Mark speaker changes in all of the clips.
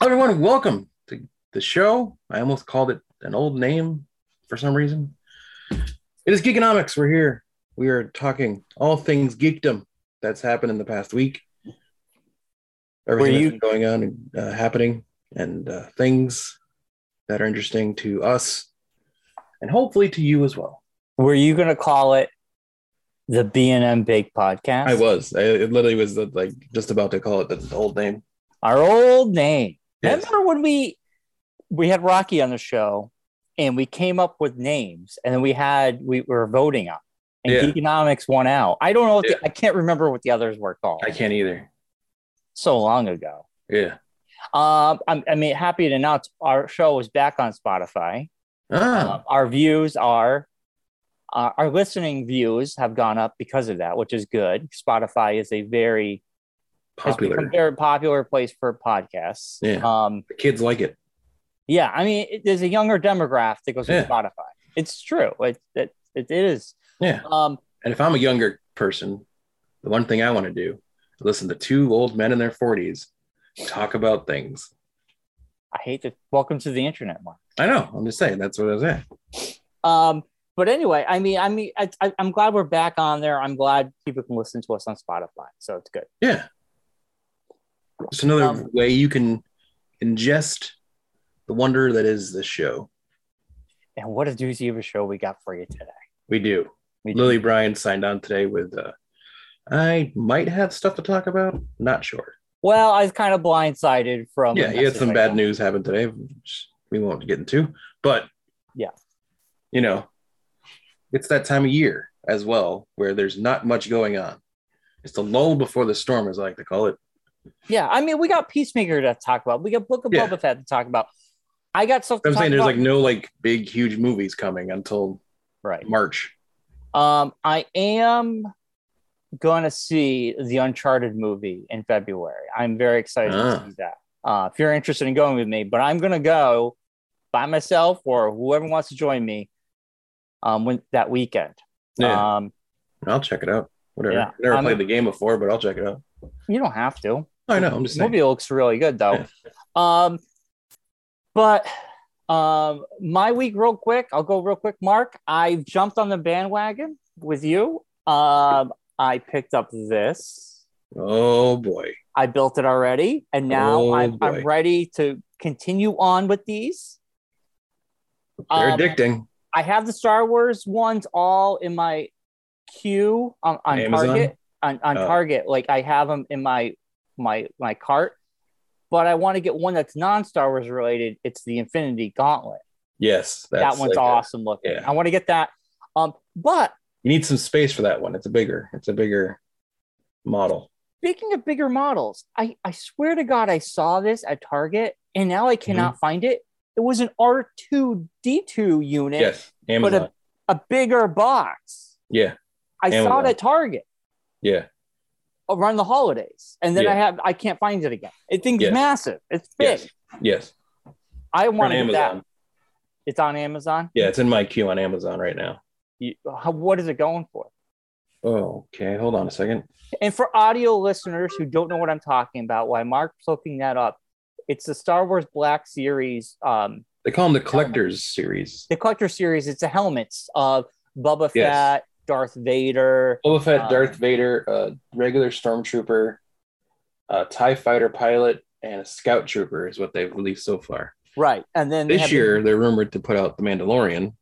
Speaker 1: Hello, everyone. Welcome to the show. I almost called it an old name for some reason. It is Geekonomics. We're here. We are talking all things geekdom that's happened in the past week. Everything
Speaker 2: Were
Speaker 1: that's
Speaker 2: you-
Speaker 1: been going on and uh, happening, and uh, things that are interesting to us, and hopefully to you as well.
Speaker 2: Were you gonna call it the B and M Bake Podcast?
Speaker 1: I was. I, it literally was uh, like just about to call it the, the old name.
Speaker 2: Our old name.
Speaker 1: Yes.
Speaker 2: Remember when we we had Rocky on the show and we came up with names and then we had we were voting on and
Speaker 1: Yeah.
Speaker 2: Geekonomics won out. I don't know. If the-
Speaker 1: Yeah.
Speaker 2: I can't remember what the others were called.
Speaker 1: I can't either.
Speaker 2: So long ago.
Speaker 1: Yeah.
Speaker 2: Um, I'm, I mean, happy to announce our show is back on Spotify.
Speaker 1: Ah,
Speaker 2: Um, our views are, uh, our listening views have gone up because of that, which is good. Spotify is a very has become
Speaker 1: popular.
Speaker 2: a very popular place for podcasts.
Speaker 1: Yeah.
Speaker 2: Um,
Speaker 1: The kids like it.
Speaker 2: yeah. I mean, it, there's a younger demographic that goes to
Speaker 1: Yeah.
Speaker 2: Spotify. It's true. It, it, it is.
Speaker 1: Yeah.
Speaker 2: Um,
Speaker 1: And if I'm a younger person, the one thing I want to do is listen to two old men in their 40s talk about things.
Speaker 2: I hate to welcome to the internet, Mark.
Speaker 1: I know. I'm just saying that's what I was at.
Speaker 2: Um, but anyway, I mean, I mean, I, I, I'm glad we're back on there. I'm glad people can listen to us on Spotify, so it's good.
Speaker 1: Yeah. It's another
Speaker 2: Um,
Speaker 1: way you can ingest the wonder that is this show.
Speaker 2: And what a doozy of a show we got for you today.
Speaker 1: We do.
Speaker 2: We
Speaker 1: Lily Bryan signed on today with, uh, I might have stuff to talk about. Not sure.
Speaker 2: Well, I was kind of blindsided from. a
Speaker 1: yeah, you had
Speaker 2: message
Speaker 1: some
Speaker 2: I
Speaker 1: bad
Speaker 2: got.
Speaker 1: news happen today, which we won't get into, but
Speaker 2: Yeah.
Speaker 1: you know, it's that time of year as well where there's not much going on. It's the lull before the storm, as I like to call it.
Speaker 2: Yeah, I mean, we got Peacemaker to talk about. We got Book of
Speaker 1: Yeah.
Speaker 2: Boba Fett to talk about. I got stuff. To
Speaker 1: I'm
Speaker 2: talk
Speaker 1: saying there's
Speaker 2: about.
Speaker 1: like no like big huge movies coming until
Speaker 2: right.
Speaker 1: March.
Speaker 2: Um, I am gonna see the Uncharted movie in February. I'm very excited
Speaker 1: Ah.
Speaker 2: to see that. Uh, if you're interested in going with me, but I'm gonna go by myself or whoever wants to join me. Um, when that weekend.
Speaker 1: Yeah,
Speaker 2: Um,
Speaker 1: I'll check it out. Whatever.
Speaker 2: yeah, Um,
Speaker 1: Never
Speaker 2: I'm-
Speaker 1: played the game before, but I'll check it out.
Speaker 2: you don't have to.
Speaker 1: I know. I'm just
Speaker 2: The
Speaker 1: saying.
Speaker 2: movie looks really good though. um, but um, my week real quick. I'll go real quick. Mark, I've jumped on the bandwagon with you. Um, I picked up this.
Speaker 1: Oh boy.
Speaker 2: I built it already, and now
Speaker 1: Oh,
Speaker 2: I'm,
Speaker 1: boy.
Speaker 2: I'm ready to continue on with these.
Speaker 1: They're
Speaker 2: Um,
Speaker 1: addicting.
Speaker 2: I have the Star Wars ones all in my queue on, on
Speaker 1: Amazon?
Speaker 2: Target. On, on
Speaker 1: Oh.
Speaker 2: Target, like I have them in my my my cart, but I want to get one that's non Star Wars related. It's the Infinity Gauntlet.
Speaker 1: Yes.
Speaker 2: that one's
Speaker 1: like a-
Speaker 2: awesome looking.
Speaker 1: yeah.
Speaker 2: I want to get that. Um, but
Speaker 1: You need some space for that one. It's a bigger, it's a bigger model.
Speaker 2: speaking of bigger models, I I swear to God, I saw this at Target, and now I
Speaker 1: Mm-hmm.
Speaker 2: cannot find it. It was an R two D two unit,
Speaker 1: Yes.
Speaker 2: but
Speaker 1: Amazon.
Speaker 2: a, a bigger box.
Speaker 1: yeah.
Speaker 2: I saw
Speaker 1: Amazon.
Speaker 2: it at Target.
Speaker 1: Yeah.
Speaker 2: around the holidays, and then
Speaker 1: Yeah.
Speaker 2: I have I can't find it again. It thing's
Speaker 1: Yes.
Speaker 2: massive. It's big.
Speaker 1: Yes. Yes.
Speaker 2: I
Speaker 1: On
Speaker 2: want to get
Speaker 1: Amazon.
Speaker 2: that. It's on Amazon.
Speaker 1: Yeah, it's in my queue on Amazon right now.
Speaker 2: You, how, what is it going for?
Speaker 1: Oh, okay. Hold on a second.
Speaker 2: And for audio listeners who don't know what I'm talking about, why Mark's looking that up? It's the Star Wars Black Series, um,
Speaker 1: They call them the collectors series.
Speaker 2: the collector series. It's the helmets of Boba
Speaker 1: Yes.
Speaker 2: Fett, Darth Vader.
Speaker 1: Boba Fett,
Speaker 2: Um,
Speaker 1: Darth Vader, a regular stormtrooper, a TIE fighter pilot, and a scout trooper is what they've released so far.
Speaker 2: Right, and then they have
Speaker 1: This
Speaker 2: the-
Speaker 1: year, they're rumored to put out The Mandalorian.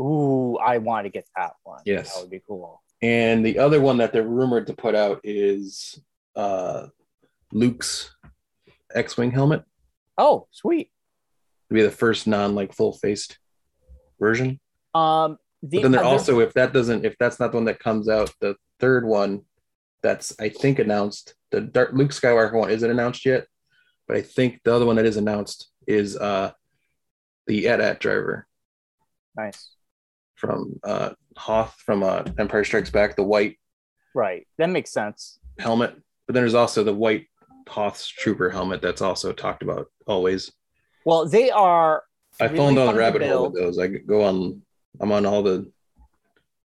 Speaker 2: ooh, I want to get that one.
Speaker 1: Yes.
Speaker 2: that would be cool.
Speaker 1: And the other one that they're rumored to put out is uh, Luke's X Wing helmet.
Speaker 2: Oh, sweet.
Speaker 1: It'll be the first non like full faced version.
Speaker 2: Um,
Speaker 1: But then there also, if that doesn't, if that's not the one that comes out, the third one that's I think announced, the Dark Luke Skywalker one isn't announced yet, but I think the other one that is announced is uh the AT-AT driver
Speaker 2: nice.
Speaker 1: from uh Hoth from uh Empire Strikes Back, the white
Speaker 2: Right. That makes sense.
Speaker 1: helmet. But then there's also the white Hoth's trooper helmet that's also talked about always.
Speaker 2: Well, they are.
Speaker 1: I
Speaker 2: really
Speaker 1: fall down
Speaker 2: fun
Speaker 1: the
Speaker 2: to
Speaker 1: rabbit hole with
Speaker 2: build.
Speaker 1: those. I go on, I'm on all the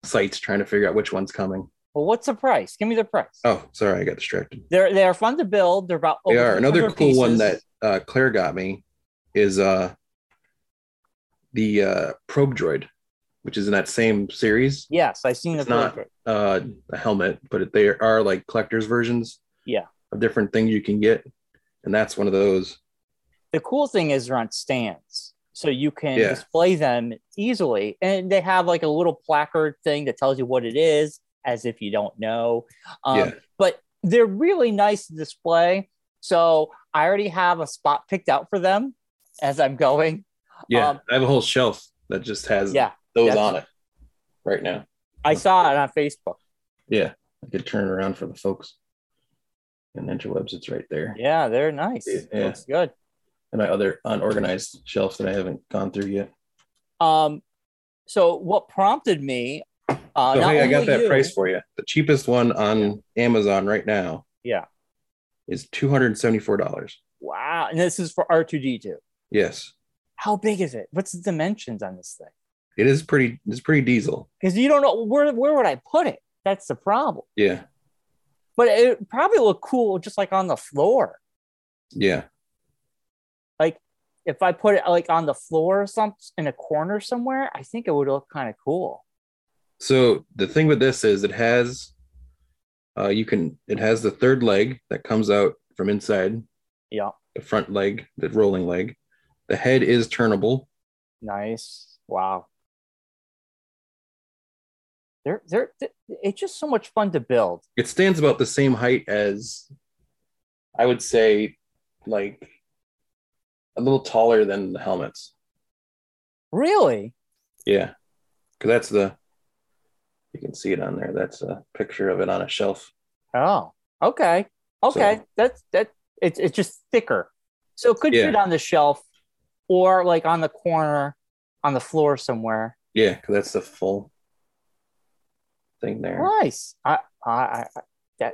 Speaker 1: sites trying to figure out which one's coming.
Speaker 2: Well, what's the price? Give me the price.
Speaker 1: Oh, sorry, I got distracted.
Speaker 2: They're they're fun to build. They're about
Speaker 1: They
Speaker 2: over
Speaker 1: are another
Speaker 2: 300
Speaker 1: cool one
Speaker 2: pieces.
Speaker 1: that uh, Claire got me is uh the uh probe droid, which is in that same series.
Speaker 2: Yes, I've seen
Speaker 1: It's
Speaker 2: the
Speaker 1: not-
Speaker 2: probe droid.
Speaker 1: Uh, a helmet, but they are like collector's versions.
Speaker 2: Yeah.
Speaker 1: of different things you can get, and that's one of those.
Speaker 2: The cool thing is they're on stands, so you can
Speaker 1: Yeah.
Speaker 2: display them easily, and they have like a little placard thing that tells you what it is, as if you don't know. Um,
Speaker 1: yeah,
Speaker 2: but they're really nice to display. So I already have a spot picked out for them as I'm going.
Speaker 1: yeah.
Speaker 2: um,
Speaker 1: I have a whole shelf that just has
Speaker 2: Yeah,
Speaker 1: those
Speaker 2: that's-
Speaker 1: on it right now.
Speaker 2: I saw it on Facebook.
Speaker 1: Yeah, I could turn it around for the folks. And interwebs, it's right there.
Speaker 2: Yeah, they're nice.
Speaker 1: Yeah.
Speaker 2: Looks good.
Speaker 1: And my other unorganized shelf that I haven't gone through yet.
Speaker 2: Um, so what prompted me? Uh,
Speaker 1: So
Speaker 2: not
Speaker 1: hey, I got
Speaker 2: only
Speaker 1: that
Speaker 2: you-
Speaker 1: price for you. The cheapest one on Amazon right now.
Speaker 2: Yeah.
Speaker 1: Is two hundred and seventy-four dollars.
Speaker 2: Wow, and this is for R two D two.
Speaker 1: Yes,
Speaker 2: How big is it? What's the dimensions on this thing?
Speaker 1: it is pretty. It's pretty diesel.
Speaker 2: Because you don't know where where would I put it. That's the problem.
Speaker 1: Yeah,
Speaker 2: But it probably look cool just like on the floor.
Speaker 1: yeah,
Speaker 2: If I put it like on the floor or something in a corner somewhere, I think it would look kind of cool.
Speaker 1: So the thing with this is it has, uh, you can it has the third leg that comes out from inside.
Speaker 2: Yeah.
Speaker 1: The front leg, the rolling leg. The head is turnable.
Speaker 2: Nice. Wow. They're, they're, it's just so much fun to build.
Speaker 1: It stands about the same height as, I would say, like a little taller than the helmets.
Speaker 2: Really?
Speaker 1: Yeah, because that's the. You can see it on there. That's a picture of it on a shelf.
Speaker 2: Oh, okay. Okay. That's that it's it's just thicker. So it could
Speaker 1: Yeah.
Speaker 2: fit on the shelf or like on the corner on the floor somewhere.
Speaker 1: Yeah, 'cause that's the full thing there.
Speaker 2: Nice. I I I I- that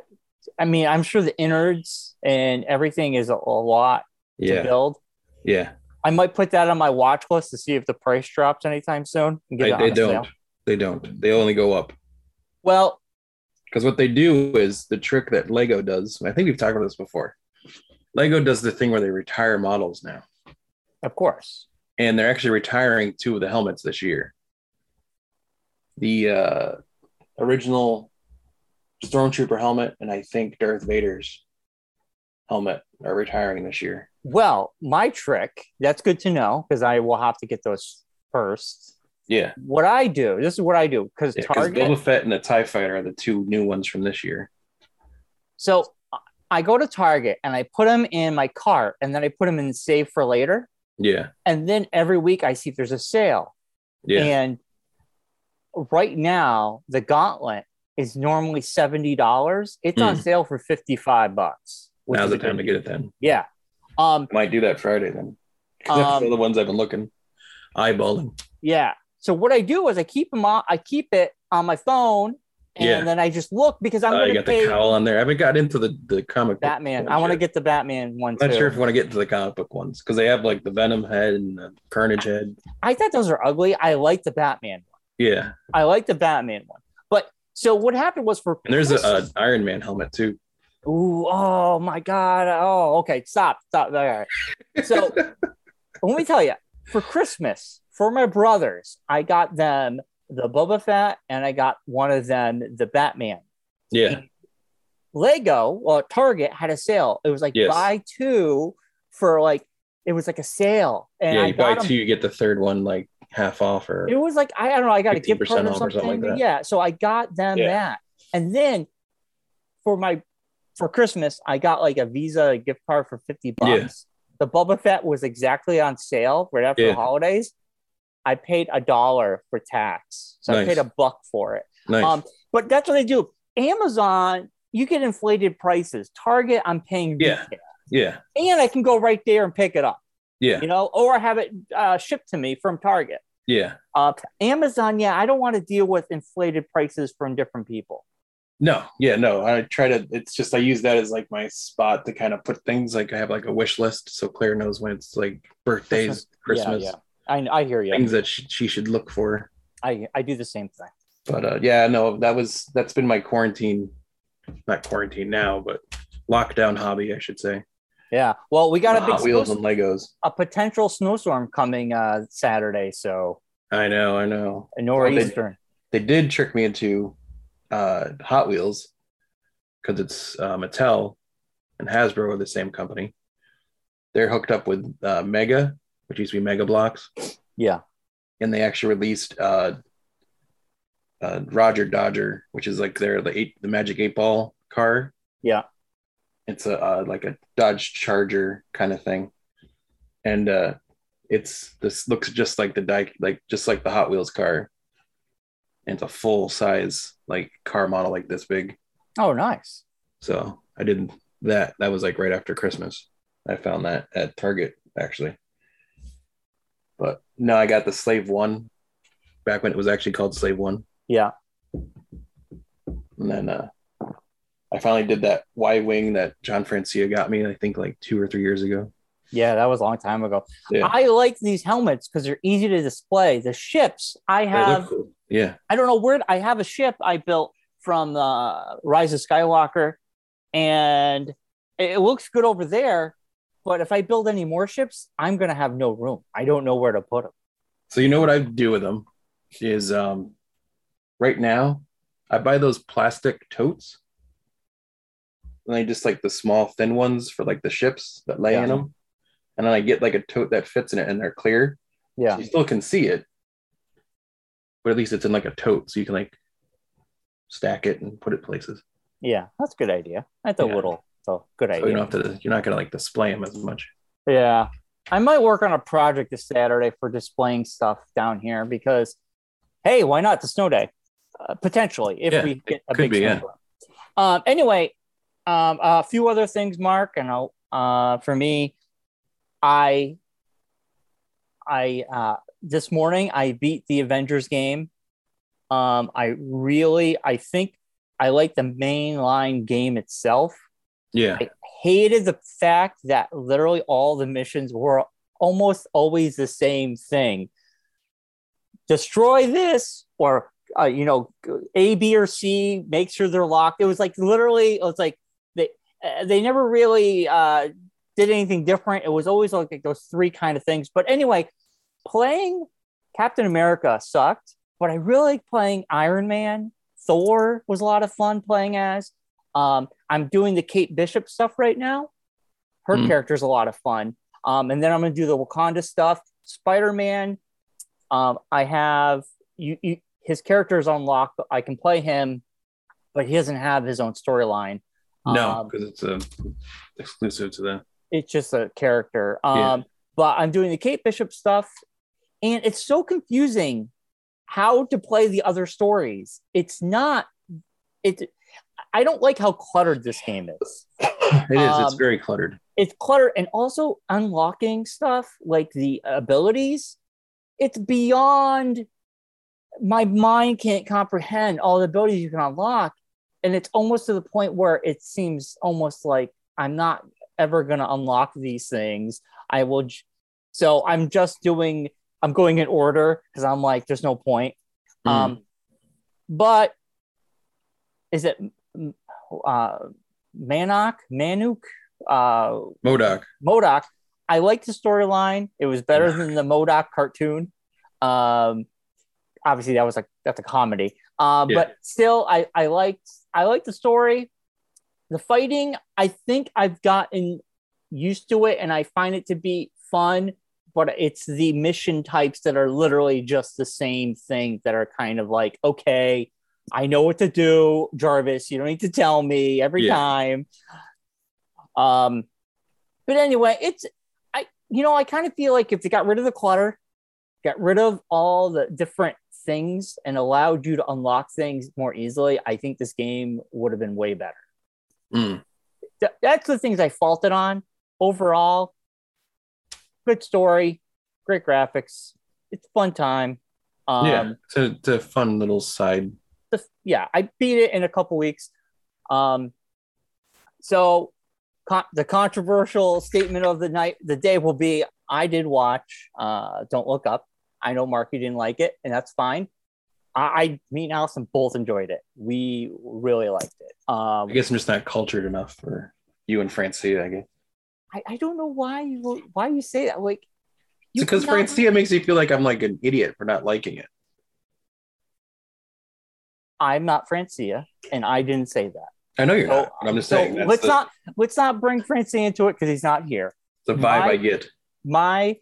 Speaker 2: I mean, I'm sure the innards and everything is a, a lot to
Speaker 1: Yeah,
Speaker 2: build.
Speaker 1: yeah.
Speaker 2: I might put that on my watch list to see if the price drops anytime soon. and get
Speaker 1: They,
Speaker 2: it on
Speaker 1: they
Speaker 2: a sale.
Speaker 1: don't. They don't. They only go up.
Speaker 2: Well,
Speaker 1: Because what they do is the trick that Lego does. I think we've talked about this before. Lego does the thing where they retire models now,
Speaker 2: of course.
Speaker 1: and they're actually retiring two of the helmets this year. The uh, original Stormtrooper helmet and I think Darth Vader's helmet are retiring this year.
Speaker 2: Well, my trick, that's good to know because I will have to get those first.
Speaker 1: Yeah,
Speaker 2: What I do, this is what I do because
Speaker 1: because
Speaker 2: Target.
Speaker 1: Boba Fett and the Tie Fighter are the two new ones from this year.
Speaker 2: So I go to Target and I put them in my cart and then I put them in save for later.
Speaker 1: Yeah,
Speaker 2: And then every week I see if there's a sale.
Speaker 1: yeah,
Speaker 2: And right now, the gauntlet is normally $70. It's on
Speaker 1: Hmm.
Speaker 2: sale for 55 bucks. which
Speaker 1: now's
Speaker 2: is
Speaker 1: the
Speaker 2: a
Speaker 1: time to
Speaker 2: good-
Speaker 1: get it then.
Speaker 2: Yeah. Um,
Speaker 1: Might do that Friday then. 'Cause
Speaker 2: Um,
Speaker 1: that's the ones I've been looking, eyeballing.
Speaker 2: Yeah. So what I do is I keep them on. I keep it on my phone, and
Speaker 1: Yeah.
Speaker 2: then I just look because I'm
Speaker 1: Uh, you
Speaker 2: going to
Speaker 1: got the
Speaker 2: pay
Speaker 1: cowl on there. I haven't got into the, the comic book
Speaker 2: Batman.
Speaker 1: ones
Speaker 2: I want to
Speaker 1: yet.
Speaker 2: get the Batman one
Speaker 1: I'm
Speaker 2: too.
Speaker 1: not sure if I want to get into the comic book ones because they have like the Venom head and the Carnage head.
Speaker 2: I thought those are ugly. I like the Batman one.
Speaker 1: Yeah,
Speaker 2: I like the Batman one. But so what happened was for
Speaker 1: and there's a,
Speaker 2: Christmas-
Speaker 1: a Iron Man helmet too.
Speaker 2: Ooh, oh my God. Oh, okay. Stop. Stop. All right. So let me tell you for Christmas, for my brothers, I got them the Boba Fett and I got one of them, the Batman.
Speaker 1: Yeah,
Speaker 2: Lego or Target had a sale. It was like
Speaker 1: Yes.
Speaker 2: buy two for like, it was like a sale. And
Speaker 1: yeah.
Speaker 2: I
Speaker 1: You buy
Speaker 2: got 'em-
Speaker 1: two, you get the third one like half off or
Speaker 2: It was like, I, I don't know, I got a gift
Speaker 1: 15%
Speaker 2: card or
Speaker 1: off
Speaker 2: something.
Speaker 1: or something like that.
Speaker 2: Yeah. So I got them
Speaker 1: Yeah.
Speaker 2: that. And then for my, for Christmas, I got like a Visa gift card for 50 bucks.
Speaker 1: Yeah.
Speaker 2: The Bubba Fett was exactly on sale right after
Speaker 1: Yeah.
Speaker 2: the holidays. I paid a dollar for tax, so
Speaker 1: Nice.
Speaker 2: I paid a buck for it.
Speaker 1: Nice.
Speaker 2: Um, But that's what they do. Amazon, you get inflated prices. Target, I'm paying
Speaker 1: Yeah.
Speaker 2: retail.
Speaker 1: yeah.
Speaker 2: and I can go right there and pick it up,
Speaker 1: Yeah.
Speaker 2: you know, or have it uh, shipped to me from Target.
Speaker 1: Yeah.
Speaker 2: Uh, Amazon, yeah, I don't want to deal with inflated prices from different people.
Speaker 1: No, yeah, no. I try to. It's just I use that as like my spot to kind of put things. Like I have like a wish list, so Claire knows when it's like birthdays, Christmas,
Speaker 2: Yeah, yeah. I, I hear you.
Speaker 1: things that she, she should look for.
Speaker 2: I, I do the same thing.
Speaker 1: But uh, yeah, no, that was that's been my quarantine, not quarantine now, but lockdown hobby, I should say.
Speaker 2: Yeah. Well, we got a big
Speaker 1: Hot Wheels
Speaker 2: snow-
Speaker 1: and Legos.
Speaker 2: a potential snowstorm coming uh, Saturday, so
Speaker 1: I know, I know.
Speaker 2: a nor'eastern.
Speaker 1: They did trick me into uh, Hot Wheels because it's uh, Mattel and Hasbro are the same company. They're hooked up with uh, Mega, which used to be Mega Blocks.
Speaker 2: yeah.
Speaker 1: and they actually released uh, uh, Roger Dodger, which is like their the eight the Magic Eight Ball car.
Speaker 2: Yeah.
Speaker 1: it's a uh, like a Dodge Charger kind of thing, and uh, it's this looks just like the die like just like the Hot Wheels car. And it's a full size like car model like this big.
Speaker 2: Oh, nice.
Speaker 1: So I did that. That was like right after Christmas. I found that at Target actually. But no, I got the Slave One back when it was actually called Slave One.
Speaker 2: Yeah.
Speaker 1: And then uh, I finally did that Y Wing that John Francia got me, I think like two or three years ago.
Speaker 2: Yeah, that was a long time ago.
Speaker 1: Yeah.
Speaker 2: I like these helmets because they're easy to display. The ships I
Speaker 1: They look
Speaker 2: have
Speaker 1: cool. Yeah.
Speaker 2: I don't know where I have a ship I built from uh, Rise of Skywalker, and it, it looks good over there. But if I build any more ships, I'm gonna have no room. I don't know where to put them.
Speaker 1: So you know what I do with them is um, right now I buy those plastic totes. And I just like the small thin ones for like the ships that lay in 'em.
Speaker 2: Yeah.
Speaker 1: in them. And then I get like a tote that fits in it and they're clear. So
Speaker 2: Yeah,
Speaker 1: you still can see it. But at least it's in like a tote so you can like stack it and put it places.
Speaker 2: yeah, that's a good idea. That's a
Speaker 1: Yeah.
Speaker 2: little, so good
Speaker 1: So you
Speaker 2: idea.
Speaker 1: don't have to you're not gonna like display them as much.
Speaker 2: Yeah, I might work on a project this Saturday for displaying stuff down here because, hey, why not? It's a snow day, uh, potentially if
Speaker 1: Yeah,
Speaker 2: we get a
Speaker 1: could
Speaker 2: big
Speaker 1: be, yeah.
Speaker 2: snowstorm. Um, anyway, um, a few other things, Mark, and I'll, uh, for me, I, I uh, this morning I beat the Avengers game. Um, I really, I think I like the mainline game itself
Speaker 1: Yeah.
Speaker 2: I hated the fact that literally all the missions were almost always the same thing. Destroy this, or uh, you know, A, B, or C. Make sure they're locked. It was like literally, it was like they uh, they never really uh, did anything different. It was always like those three kind of things. But anyway, playing Captain America sucked, but I really like playing Iron Man. Thor was a lot of fun playing as. Um, I'm doing the Kate Bishop stuff right now. Her
Speaker 1: Hmm.
Speaker 2: character's a lot of fun. Um, and then I'm going to do the Wakanda stuff. Spider Man. Um, I have you, you. His character is unlocked. I can play him, but he doesn't have his own storyline.
Speaker 1: No,
Speaker 2: Um,
Speaker 1: because it's uh, exclusive to the
Speaker 2: it's just a character. Um,
Speaker 1: Yeah.
Speaker 2: but I'm doing the Kate Bishop stuff, and it's so confusing how to play the other stories. It's not. It. I don't like how cluttered this game is.
Speaker 1: it is, it's
Speaker 2: Um,
Speaker 1: very cluttered.
Speaker 2: It's cluttered, and also unlocking stuff like the abilities. It's beyond. My mind can't comprehend all the abilities you can unlock, and it's almost to the point where it seems almost like I'm not ever going to unlock these things. I will. J- so I'm just doing. I'm going in order because I'm like, there's no point.
Speaker 1: Hmm. Mm.
Speaker 2: Um, but is it mm, uh, Manok, Manuk, uh,
Speaker 1: Modoc.
Speaker 2: Modoc? I liked the storyline. It was better than the Modoc cartoon. Um, obviously, that was like that's a comedy. Uh,
Speaker 1: Yeah.
Speaker 2: But still, I I liked I liked the story. The fighting, I think I've gotten used to it, and I find it to be fun. But it's the mission types that are literally just the same thing that are kind of like, okay, I know what to do, Jarvis. You don't need to tell me every
Speaker 1: Yeah.
Speaker 2: time. Um, but anyway, it's I you know I kind of feel like if they got rid of the clutter got rid of all the different things and allowed you to unlock things more easily, I think this game would have been way better.
Speaker 1: Mm.
Speaker 2: Th- that's the things I faulted on. Overall, good story, great graphics. It's a fun time. Um,
Speaker 1: yeah, it's a, it's a fun little side.
Speaker 2: the- yeah, I beat it in a couple weeks. Um, so con- the controversial statement of the night, the day will be: I did watch. Uh, don't look up. I know Mark, you didn't like it, and that's fine. I, I me and Allison both enjoyed it. We really liked it. Um,
Speaker 1: I guess I'm just not cultured enough for you and Francia. I guess
Speaker 2: I, I don't know why you why you say that. Like, you
Speaker 1: because
Speaker 2: cannot-
Speaker 1: Francia makes me feel like I'm like an idiot for not liking it.
Speaker 2: I'm not Francia, and I didn't say that.
Speaker 1: I know you're
Speaker 2: So-
Speaker 1: not, but I'm just
Speaker 2: So
Speaker 1: saying that's
Speaker 2: let's
Speaker 1: the,
Speaker 2: not let's not bring Francia into it because he's not here.
Speaker 1: the vibe
Speaker 2: my-
Speaker 1: I get.
Speaker 2: my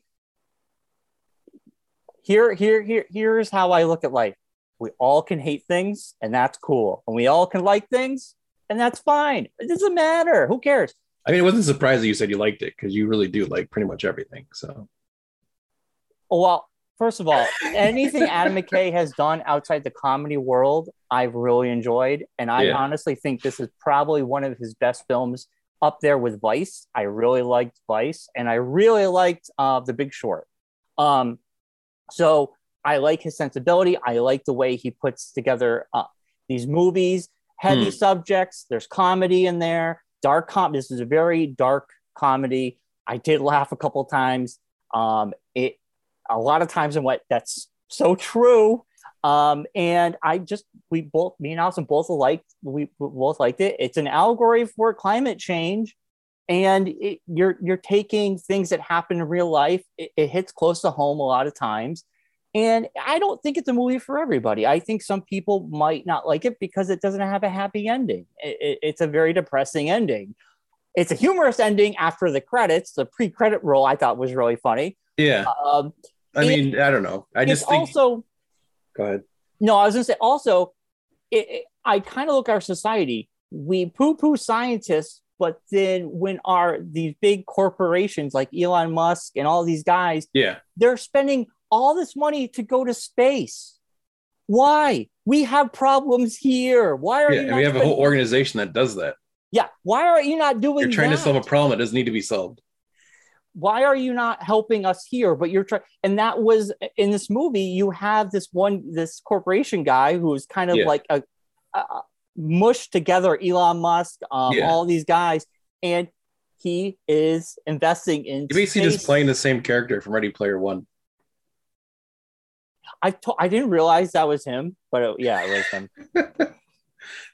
Speaker 2: here here here here's how I look at life. We all can hate things and that's cool. And we all can like things and that's fine. It doesn't matter. Who cares?
Speaker 1: I mean, it wasn't surprising you said you liked it because you really do like pretty much everything. So
Speaker 2: Oh, well, first of all, anything Adam McKay has done outside the comedy world, I've really enjoyed. And I
Speaker 1: Yeah.
Speaker 2: honestly think this is probably one of his best films up there with Vice. I really liked Vice and I really liked uh, The Big Short. Um, so I like his sensibility. I like the way he puts together uh, these movies, heavy
Speaker 1: Hmm.
Speaker 2: subjects. There's comedy in there, dark com. This is a very dark comedy. I did laugh a couple times. Um, it a lot of times I'm like, that's so true. Um, and I just we both me and Allison both liked we both liked it. It's an allegory for climate change, and it, you're you're taking things that happen in real life. It, it hits close to home a lot of times, and I don't think it's a movie for everybody. I think some people might not like it because it doesn't have a happy ending. It- it- it's a very depressing ending. It's a humorous ending after the credits. The pre-credit roll I thought was really funny.
Speaker 1: yeah,
Speaker 2: Um,
Speaker 1: I
Speaker 2: it-
Speaker 1: mean, I don't know. I just
Speaker 2: it's
Speaker 1: think.
Speaker 2: also
Speaker 1: go ahead.
Speaker 2: no. I was gonna say also, it, it- I kind of look at our society. We poo-poo scientists, but then when our these big corporations like Elon Musk and all these guys,
Speaker 1: Yeah,
Speaker 2: they're spending all this money to go to space. Why? We have problems here. Why are
Speaker 1: yeah,
Speaker 2: you
Speaker 1: and
Speaker 2: not
Speaker 1: we have a whole
Speaker 2: spending-
Speaker 1: organization that does that.
Speaker 2: yeah? Why are you not doing?
Speaker 1: You're trying to
Speaker 2: that?
Speaker 1: solve a problem that doesn't need to be solved.
Speaker 2: why are you not helping us here but you're trying and that was in this movie you have this one this corporation guy who's kind of
Speaker 1: Yeah.
Speaker 2: like a, a a mush together elon musk um,
Speaker 1: Yeah.
Speaker 2: all these guys and he is investing in
Speaker 1: You're basically just
Speaker 2: space.
Speaker 1: playing the same character from Ready Player One.
Speaker 2: i to- i didn't realize that was him but it- yeah it was him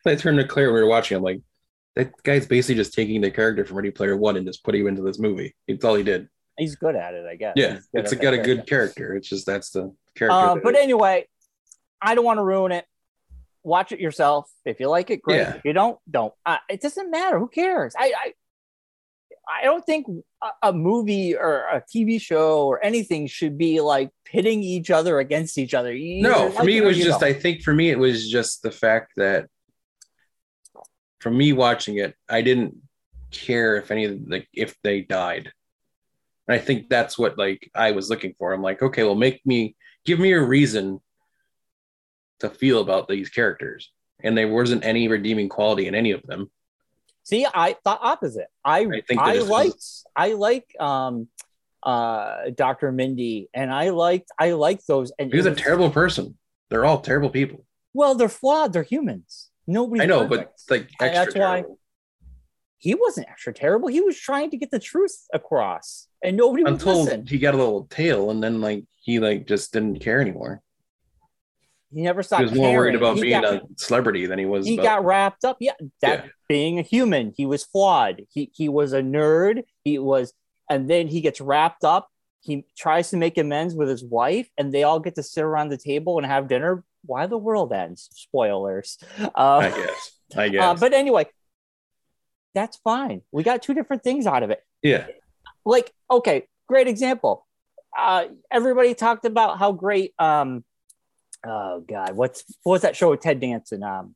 Speaker 1: I turned to Claire. We were watching. I'm like, that guy's basically just taking the character from Ready Player One and just putting him into this movie. It's all he did.
Speaker 2: he's good at it i guess
Speaker 1: Yeah,
Speaker 2: He's good
Speaker 1: it's
Speaker 2: at
Speaker 1: got a
Speaker 2: that
Speaker 1: good
Speaker 2: character.
Speaker 1: character. It's just that's the character.
Speaker 2: Uh,
Speaker 1: that
Speaker 2: but
Speaker 1: it-
Speaker 2: anyway i don't want to ruin it watch it yourself if you like it great
Speaker 1: Yeah.
Speaker 2: if you don't don't uh, it doesn't matter who cares i i I don't think a, a movie or a TV show or anything should be like pitting each other against each other. You
Speaker 1: no,
Speaker 2: either
Speaker 1: for
Speaker 2: like
Speaker 1: me it
Speaker 2: or
Speaker 1: was
Speaker 2: you
Speaker 1: just.
Speaker 2: don't.
Speaker 1: I think for me it was just the fact that, for me watching it, I didn't care if any of like if they died, and I think that's what like I was looking for. I'm like, okay, well, make me give me a reason to feel about these characters, and there wasn't any redeeming quality in any of them.
Speaker 2: see. I thought opposite. I
Speaker 1: I
Speaker 2: I,
Speaker 1: think that this was-
Speaker 2: liked I like um uh Dr. Mindy and I liked I liked those. And
Speaker 1: He was
Speaker 2: it
Speaker 1: a
Speaker 2: was-
Speaker 1: terrible person. They're all terrible people.
Speaker 2: Well, they're flawed. They're humans. Nobody.
Speaker 1: I know, but like
Speaker 2: I-
Speaker 1: extra
Speaker 2: that's why-
Speaker 1: terrible.
Speaker 2: he wasn't extra terrible. He was trying to get the truth across, and nobody would
Speaker 1: until
Speaker 2: listen.
Speaker 1: he got a little tail, and then like he like just didn't care anymore.
Speaker 2: He never
Speaker 1: He
Speaker 2: stopped.
Speaker 1: was more worried
Speaker 2: caring.
Speaker 1: about
Speaker 2: He
Speaker 1: being
Speaker 2: got-
Speaker 1: a celebrity than he was.
Speaker 2: he
Speaker 1: about,
Speaker 2: got wrapped up. Yeah, that
Speaker 1: Yeah.
Speaker 2: being a human, he was flawed. He he was a nerd. He was, and then he gets wrapped up. He tries to make amends with his wife, and they all get to sit around the table and have dinner. Why the world ends? Spoilers.
Speaker 1: I
Speaker 2: Uh,
Speaker 1: guess. I guess.
Speaker 2: uh, but anyway, that's fine. We got two different things out of it.
Speaker 1: yeah.
Speaker 2: like okay great example uh everybody talked about how great um oh god what's what was that show with ted danson um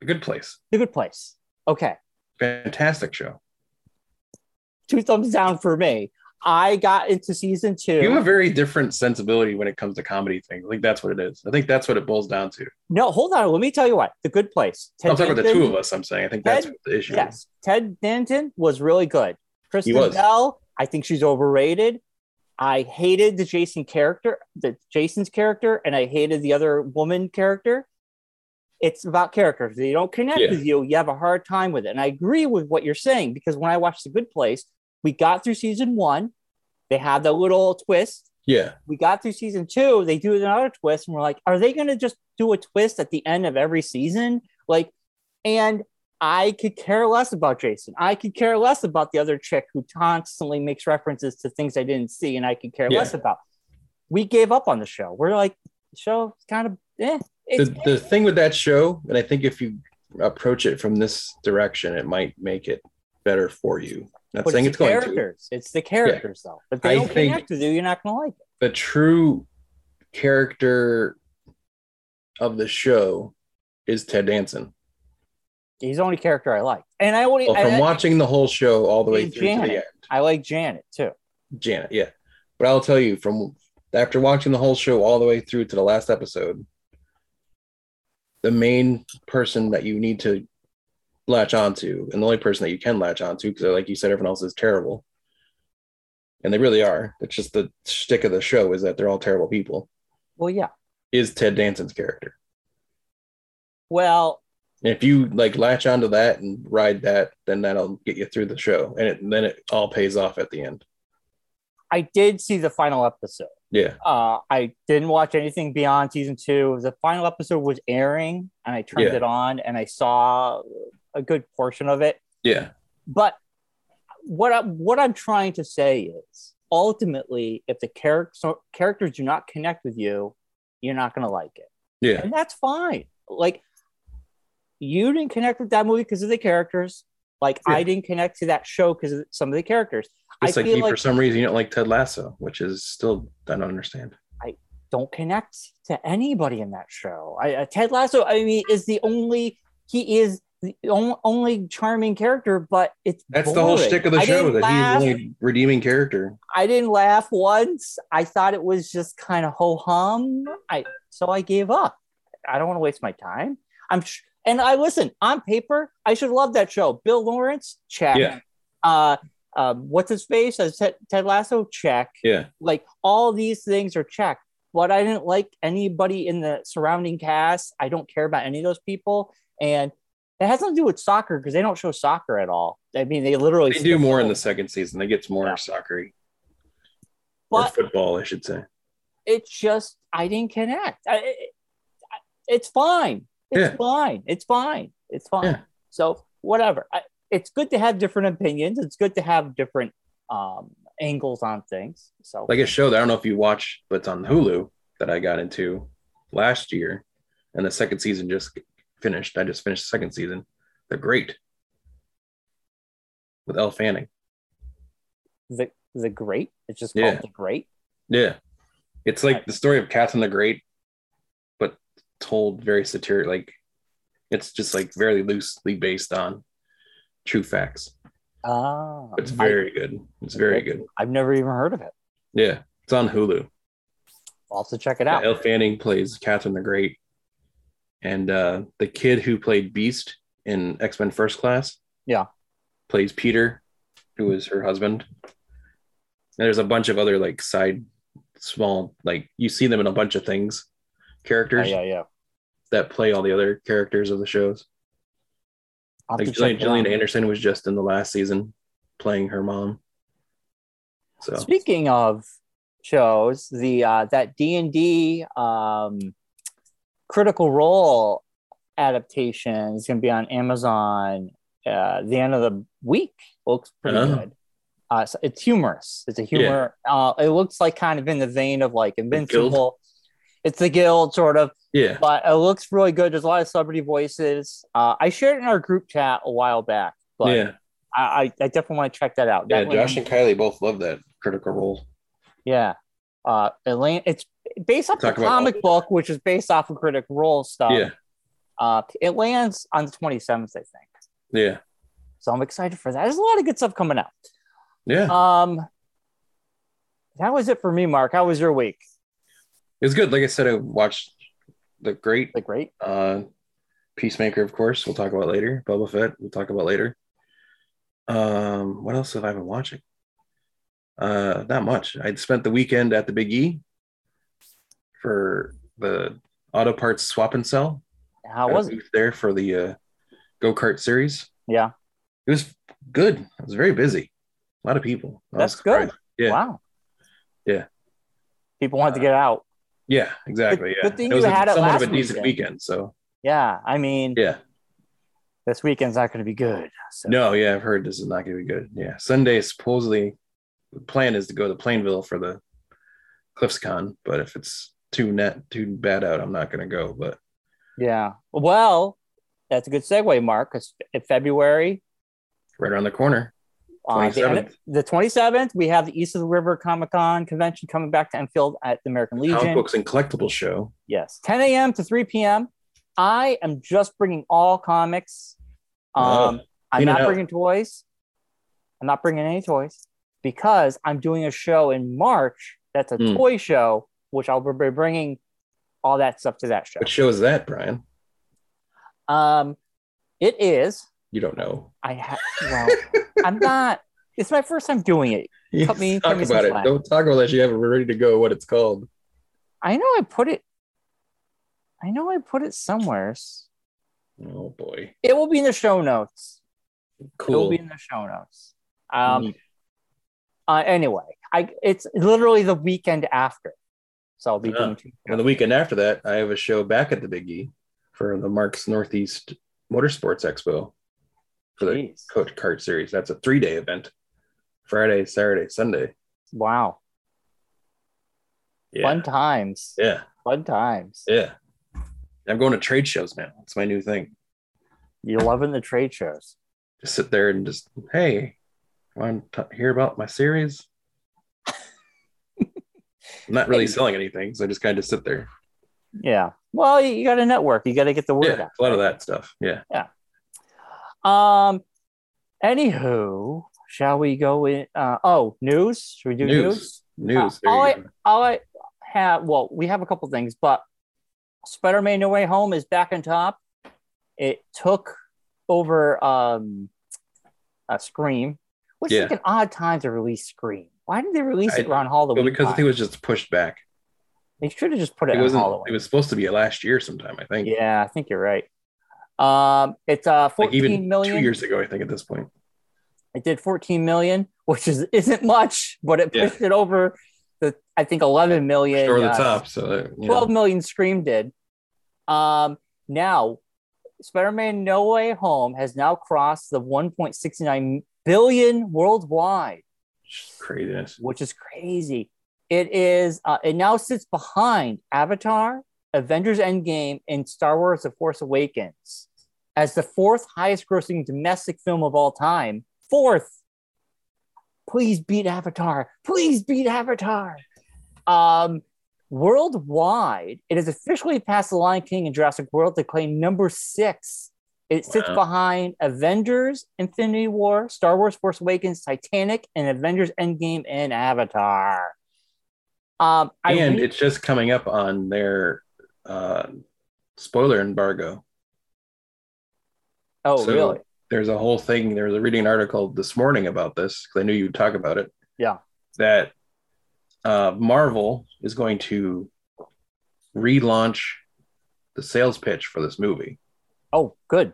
Speaker 1: A good place.
Speaker 2: the good place okay
Speaker 1: Fantastic show.
Speaker 2: two thumbs down for me I got into season two.
Speaker 1: You have a very different sensibility when it comes to comedy things. I think that's what it is. I think that's what it boils down to.
Speaker 2: no, hold on. Let me tell you what. The Good Place. Ted
Speaker 1: I'm talking about the
Speaker 2: Danton-
Speaker 1: two of us. I'm saying I think that's
Speaker 2: Ted-
Speaker 1: what the issue. Is.
Speaker 2: Yes, Ted Danton was really good. Kristen
Speaker 1: was.
Speaker 2: Bell, I think she's overrated. I hated the Jason character, the Jason's character, and I hated the other woman character. It's about characters. They don't connect
Speaker 1: Yeah.
Speaker 2: with you. You have a hard time with it. And I agree with what you're saying because when I watched The Good Place, we got through season one. They had that little twist.
Speaker 1: Yeah.
Speaker 2: We got through season two. They do another twist, and we're like, are they going to just do a twist at the end of every season? Like, and I could care less about Jason. I could care less about the other chick who constantly makes references to things I didn't see, and I could care
Speaker 1: Yeah.
Speaker 2: less about. We gave up on the show. We're like, the show is kind of eh. It's,
Speaker 1: The, the thing with that show, and I think if you approach it from this direction, it might make it better for you. Not
Speaker 2: but
Speaker 1: saying
Speaker 2: the
Speaker 1: it's going to.
Speaker 2: characters. It's the characters, though. If they
Speaker 1: I
Speaker 2: don't
Speaker 1: think-
Speaker 2: connect with you, you're not going to like it.
Speaker 1: the true character of the show is Ted Danson.
Speaker 2: He's the only character I like, and I only
Speaker 1: Well,
Speaker 2: I,
Speaker 1: from watching the whole show all the way
Speaker 2: And
Speaker 1: through to the
Speaker 2: Janet.
Speaker 1: end,
Speaker 2: I like Janet too.
Speaker 1: Janet, yeah. But I'll tell you, from after watching the whole show all the way through to the last episode, the main person that you need to latch onto, and the only person that you can latch onto, because like you said, everyone else is terrible, and they really are. It's just the shtick of the show is that they're all terrible people.
Speaker 2: Well, yeah.
Speaker 1: Is Ted Danson's character?
Speaker 2: Well,
Speaker 1: And if you like latch onto that and ride that, then that'll get you through the show, and it, then it all pays off at the end.
Speaker 2: I did see the final episode.
Speaker 1: Yeah,
Speaker 2: Uh, I didn't watch anything beyond season two. The final episode was airing, and I turned
Speaker 1: Yeah.
Speaker 2: it on and I saw a good portion of it.
Speaker 1: yeah,
Speaker 2: But what I, what I'm trying to say is, ultimately, if the character characters do not connect with you, you're not going to like it,
Speaker 1: yeah.
Speaker 2: and that's fine. Like you didn't connect with that movie because of the characters. Like
Speaker 1: Yeah.
Speaker 2: I didn't connect to that show because of some of the characters. I
Speaker 1: It's like
Speaker 2: feel
Speaker 1: you, for
Speaker 2: like-
Speaker 1: some reason, you don't like Ted Lasso, which is still I don't understand.
Speaker 2: don't connect to anybody in that show. I, uh, Ted Lasso, I mean, is the only he is the on- only charming character, but it's
Speaker 1: That's the whole
Speaker 2: boring.
Speaker 1: shtick of the
Speaker 2: I
Speaker 1: show
Speaker 2: didn't
Speaker 1: that he's
Speaker 2: laugh,
Speaker 1: the only redeeming character.
Speaker 2: I didn't laugh once. I thought it was just kind of ho hum. I so I gave up. I don't want to waste my time. I'm sh- and I listen on paper. I should love that show. Bill Lawrence, check.
Speaker 1: Yeah.
Speaker 2: Uh, um, what's his face? Uh, Ted, Ted Lasso, check
Speaker 1: Yeah,
Speaker 2: like all these things are checked but i didn't like anybody in the surrounding cast i don't care about any of those people and it has nothing to do with soccer because they don't show soccer at all i mean they literally
Speaker 1: they do more in the second season. They get more
Speaker 2: Yeah.
Speaker 1: soccer or
Speaker 2: but
Speaker 1: football, I should say.
Speaker 2: it's just i didn't connect I, it- I- it's fine it's
Speaker 1: Yeah.
Speaker 2: fine it's fine it's fine
Speaker 1: Yeah.
Speaker 2: so whatever I, it's good to have different opinions it's good to have different um angles on things so
Speaker 1: Like a show that I don't know if you watch, but it's on Hulu that I got into last year, and the second season just finished. I just finished the second season. They're great with Elle Fanning.
Speaker 2: the the great it's just
Speaker 1: Yeah.
Speaker 2: called the great
Speaker 1: Yeah. It's like the story of Catherine the Great, but told very satiric. Like it's just like very loosely based on true facts.
Speaker 2: Ah,
Speaker 1: It's very good. It's very good.
Speaker 2: I, have never even heard of it.
Speaker 1: Yeah. It's on Hulu.
Speaker 2: I'll have to check it
Speaker 1: Yeah,
Speaker 2: out.
Speaker 1: Elle Fanning plays Catherine the Great. And uh, the kid who played Beast in X Men First Class.
Speaker 2: Yeah.
Speaker 1: Plays Peter, who is her husband. And there's a bunch of other like side small, like you see them in a bunch of things,
Speaker 2: Yeah,
Speaker 1: characters.
Speaker 2: yeah, yeah.
Speaker 1: that play all the other characters of the shows.
Speaker 2: I'll have
Speaker 1: Like
Speaker 2: to check
Speaker 1: Jillian,
Speaker 2: it out.
Speaker 1: Jillian Anderson was just in the last season playing her mom. So
Speaker 2: Speaking of shows, the uh, that D and D um, Critical Role adaptation is going to be on Amazon uh, the end of the week. Looks pretty
Speaker 1: Oh.
Speaker 2: good. Uh, so it's humorous. It's a humor. Uh, it looks like kind of in the vein of like Invincible. It's the guild sort of.
Speaker 1: yeah,
Speaker 2: but it looks really good. There's a lot of celebrity voices. Uh, I shared it in our group chat a while back, but
Speaker 1: yeah,
Speaker 2: I, I, I definitely want to check that out.
Speaker 1: yeah.
Speaker 2: That one-
Speaker 1: Josh and Kylie both love that critical role.
Speaker 2: yeah. Uh, Atlanta, it's based off
Speaker 1: Talk
Speaker 2: the
Speaker 1: about-
Speaker 2: comic book, which is based off of Critical Role stuff.
Speaker 1: yeah,
Speaker 2: Uh, it lands on the 27th, I think.
Speaker 1: yeah,
Speaker 2: So I'm excited for that. There's a lot of good stuff coming out.
Speaker 1: yeah.
Speaker 2: Um, that was it for me, Mark. How was your week?
Speaker 1: It was good. Like I said, I watched the great
Speaker 2: Like great.
Speaker 1: uh, Peacemaker, of course. We'll talk about later. Boba Fett. We'll talk about later. Um, what else have I been watching? Uh, not much. I spent the weekend at the Big E for the auto parts swap and sell.
Speaker 2: How
Speaker 1: I
Speaker 2: was it?
Speaker 1: booth there for the uh, go kart series.
Speaker 2: Yeah.
Speaker 1: It was good. It was very busy. A lot of people. I was
Speaker 2: That's good.
Speaker 1: surprised. Yeah.
Speaker 2: Wow.
Speaker 1: Yeah.
Speaker 2: People want to get out.
Speaker 1: Yeah, exactly.
Speaker 2: Good-
Speaker 1: yeah,
Speaker 2: good thing
Speaker 1: it was
Speaker 2: you had
Speaker 1: a,
Speaker 2: it
Speaker 1: somewhat
Speaker 2: last
Speaker 1: of a decent
Speaker 2: weekend.
Speaker 1: weekend. So
Speaker 2: Yeah. I mean,
Speaker 1: yeah.
Speaker 2: this weekend's not going to be good. So.
Speaker 1: No, yeah, I've heard this is not going to be good. Yeah, Sunday supposedly the plan is to go to Plainville for the CliffsCon, but if it's too net too bad out, I'm not going to go. But
Speaker 2: Yeah. Well, that's a good segue, Mark, because in February,
Speaker 1: right around the corner,
Speaker 2: uh, the, end-
Speaker 1: 27th.
Speaker 2: the 27th, we have the East of the River Comic Con convention coming back to Enfield at the American
Speaker 1: comic
Speaker 2: Legion.
Speaker 1: books and collectible show.
Speaker 2: Yes. 10 a.m. to 3 p.m. I am just bringing all comics. Um,
Speaker 1: Oh,
Speaker 2: I'm
Speaker 1: clean it
Speaker 2: not
Speaker 1: out.
Speaker 2: bringing toys. I'm not bringing any toys because I'm doing a show in March that's a
Speaker 1: Hmm.
Speaker 2: toy show, which I'll be bringing all that stuff to that show.
Speaker 1: What show is that, Brian?
Speaker 2: Um, it is
Speaker 1: You don't know.
Speaker 2: I ha- well, I'm not. It's my first time doing it. Cut me- cut
Speaker 1: talk
Speaker 2: me some
Speaker 1: about it.
Speaker 2: slack.
Speaker 1: Don't talk about it. You have it ready to go. What it's called?
Speaker 2: I know I put it. I know I put it somewhere.
Speaker 1: Oh boy,
Speaker 2: It will be in the show notes. It will
Speaker 1: cool.
Speaker 2: be in the show notes. Um. Uh, anyway, I it's literally the weekend after, so I'll be
Speaker 1: Yeah.
Speaker 2: doing two.
Speaker 1: and the weekend after that, I have a show back at the Big E for the Marks Northeast Motorsports Expo for the
Speaker 2: Jeez.
Speaker 1: coach cart series that's a three day event friday saturday sunday
Speaker 2: Wow,
Speaker 1: yeah
Speaker 2: fun times.
Speaker 1: yeah
Speaker 2: Fun times.
Speaker 1: yeah i'm going to trade shows now it's my new thing
Speaker 2: You're loving the trade shows.
Speaker 1: just sit there and just hey want to hear about my series i'm not really
Speaker 2: Hey.
Speaker 1: selling anything so i just kind of sit there
Speaker 2: Yeah. Well, you, got to network. You got to get the word
Speaker 1: yeah a lot of that stuff yeah
Speaker 2: out. Um. Anywho, shall we go in? Uh, oh, news. Should we do
Speaker 1: News.
Speaker 2: news?
Speaker 1: news
Speaker 2: Uh,
Speaker 1: there you
Speaker 2: all I-
Speaker 1: go.
Speaker 2: all I have, well, we have a couple things, but Spider Man No Way Home is back on top. It took over um, a Scream, which
Speaker 1: Yeah.
Speaker 2: is like an odd time to release Scream. Why did they release it
Speaker 1: I-
Speaker 2: around Halloween?
Speaker 1: well, because I
Speaker 2: time?
Speaker 1: think it was just pushed back.
Speaker 2: they should have just put it,
Speaker 1: It
Speaker 2: on
Speaker 1: wasn't.
Speaker 2: Halloween.
Speaker 1: It was supposed to be last year sometime. I think.
Speaker 2: yeah, I think you're right. Um, it's uh,
Speaker 1: Like
Speaker 2: fourteen million.
Speaker 1: even two years ago, I think at this point.
Speaker 2: It did 14 million, which is isn't much, but it
Speaker 1: Yeah.
Speaker 2: pushed it over the I think 11 million.
Speaker 1: Over the
Speaker 2: uh,
Speaker 1: top. So uh, you know,
Speaker 2: Twelve million Scream did. Um, now, Spider Man No Way Home has now crossed the 1.69 billion worldwide,
Speaker 1: just craziness.
Speaker 2: which is crazy. It is, uh, it now sits behind Avatar, Avengers Endgame, and Star Wars The Force Awakens as the fourth highest grossing domestic film of all time. Fourth. Please beat Avatar. Please beat Avatar. Um, worldwide, it has officially passed The Lion King and Jurassic World to claim number six. It sits
Speaker 1: Wow.
Speaker 2: behind Avengers, Infinity War, Star Wars Force Awakens, Titanic, and Avengers Endgame and Avatar. Um, I
Speaker 1: and
Speaker 2: re-
Speaker 1: it's just coming up on their uh, spoiler embargo.
Speaker 2: oh,
Speaker 1: so-
Speaker 2: really?
Speaker 1: There's a whole thing. There was a reading an article this morning about this because I knew you'd talk about it.
Speaker 2: Yeah.
Speaker 1: That uh, Marvel is going to relaunch the sales pitch for this movie,
Speaker 2: Oh, good.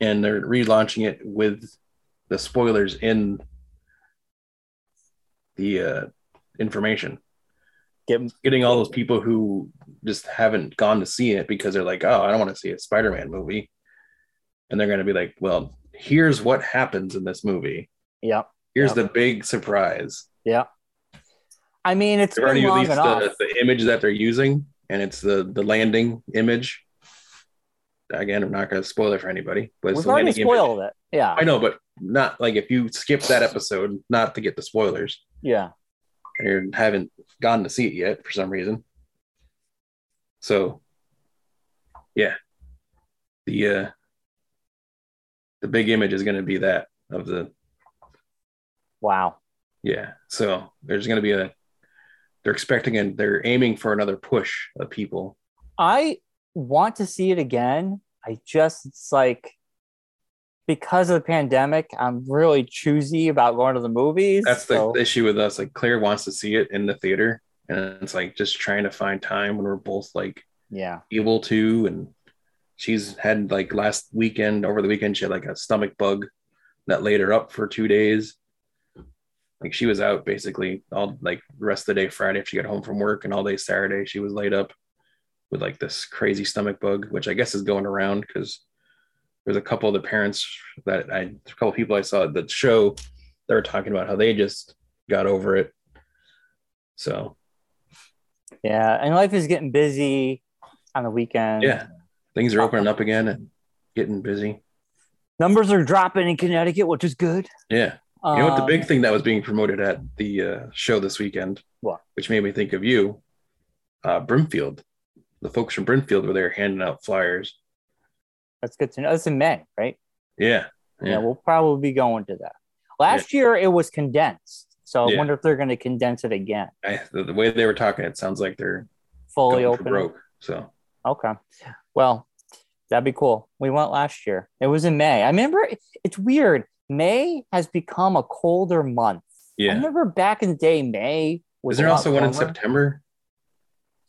Speaker 1: and they're relaunching it with the spoilers in the uh, information.
Speaker 2: Get
Speaker 1: getting all those people who just haven't gone to see it because they're like, oh, I don't want to see a Spider-Man movie, and they're going to be like, well, here's what happens in this movie.
Speaker 2: yeah.
Speaker 1: Here's
Speaker 2: Yeah.
Speaker 1: the big surprise.
Speaker 2: I mean, it's
Speaker 1: They've already
Speaker 2: been long
Speaker 1: released
Speaker 2: enough.
Speaker 1: the, the image that they're using, and it's the the landing image. Again, I'm not going to spoil it for anybody, but it's
Speaker 2: We've
Speaker 1: the
Speaker 2: already
Speaker 1: landing image.
Speaker 2: spoiled it. Yeah,
Speaker 1: I know, but not like if you skip that episode, not to get the spoilers,
Speaker 2: yeah.
Speaker 1: and you haven't gone to see it yet for some reason. So, yeah, the uh, the big image is going to be that of the
Speaker 2: Wow.
Speaker 1: yeah. So there's going to be a they're expecting and they're aiming for another push of people.
Speaker 2: I want to see it again. I just it's like because of the pandemic, I'm really choosy about going to the movies.
Speaker 1: That's the
Speaker 2: so-
Speaker 1: issue with us. Like Claire wants to see it in the theater, and it's like just trying to find time when we're both like
Speaker 2: yeah.
Speaker 1: able to. And she's had like last weekend, over the weekend, she had like a stomach bug that laid her up for two days. Like she was out basically all like the rest of the day Friday if she got home from work, and all day Saturday she was laid up with like this crazy stomach bug, which I guess is going around because there's a couple of the parents that I, a couple of people I saw at the show, they were talking about how they just got over it. So
Speaker 2: Yeah. And life is getting busy on the weekend.
Speaker 1: yeah, things are opening up again and getting busy.
Speaker 2: Numbers are dropping in Connecticut, which is good.
Speaker 1: Yeah. You know what the
Speaker 2: Um,
Speaker 1: big thing that was being promoted at the uh, show this weekend,
Speaker 2: What?
Speaker 1: which made me think of you, uh, Brimfield. The folks from Brimfield were there handing out flyers.
Speaker 2: That's good to know. That's in May, right?
Speaker 1: Yeah,
Speaker 2: Yeah.
Speaker 1: Yeah.
Speaker 2: we'll probably be going to that. Last year it was condensed. So I
Speaker 1: Yeah.
Speaker 2: wonder if they're going to condense it again.
Speaker 1: I, the, the way they were talking, it sounds like they're
Speaker 2: Fully
Speaker 1: going for
Speaker 2: open.
Speaker 1: broke. So
Speaker 2: Okay. Well, that'd be cool. We went last year. It was in May. I remember it- it's weird. May has become a colder month. I
Speaker 1: yeah,
Speaker 2: remember back in the day, May was
Speaker 1: is there
Speaker 2: a lot
Speaker 1: also one in
Speaker 2: warmer.
Speaker 1: September?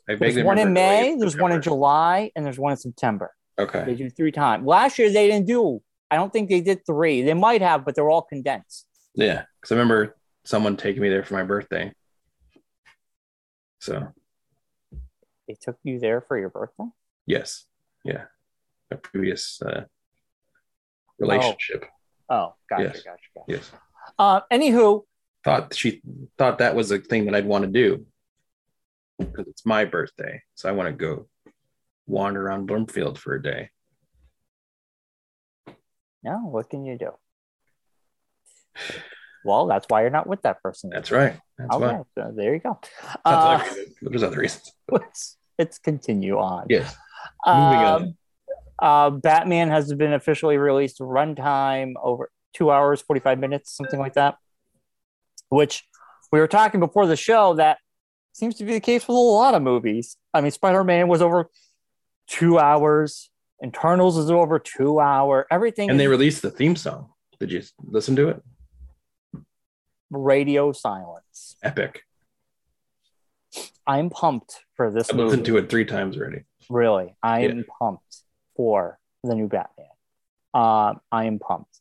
Speaker 1: I
Speaker 2: There's one in
Speaker 1: remember it
Speaker 2: May,
Speaker 1: being
Speaker 2: there's one in
Speaker 1: September.
Speaker 2: July, and there's one in September. They
Speaker 1: Okay,
Speaker 2: do three times. Last year they didn't do. I don't think they did three. They might have, but they're all condensed.
Speaker 1: yeah, because I remember someone taking me there for my birthday. So
Speaker 2: They took you there for your birthday.
Speaker 1: yes, yeah, a previous uh, relationship.
Speaker 2: Oh, gotcha,
Speaker 1: Yes.
Speaker 2: gotcha, gotcha.
Speaker 1: Yes.
Speaker 2: Uh, anywho,
Speaker 1: thought she thought that was a thing that I'd want to do because it's my birthday, so I want to go wander around Bloomfield for a day.
Speaker 2: no, what can you do? Well, that's why you're not with that person.
Speaker 1: That's right. That's
Speaker 2: okay,
Speaker 1: why.
Speaker 2: so there you go.
Speaker 1: That's
Speaker 2: Uh,
Speaker 1: other reasons. There's other reasons.
Speaker 2: let's, let's continue on.
Speaker 1: Yes. moving on.
Speaker 2: Um, uh, Batman has been officially released runtime over two hours, 45 minutes, something like that, which we were talking before the show that seems to be the case with a lot of movies. I mean, Spider Man was over two hours, Internals is over two hour, everything
Speaker 1: And they
Speaker 2: is
Speaker 1: released the theme song. Did you listen to it?
Speaker 2: radio silence.
Speaker 1: Epic.
Speaker 2: I'm pumped for this
Speaker 1: I've
Speaker 2: movie.
Speaker 1: listened to it three times already.
Speaker 2: Really, I
Speaker 1: Yeah.
Speaker 2: am pumped for the new Batman. Um, I am pumped.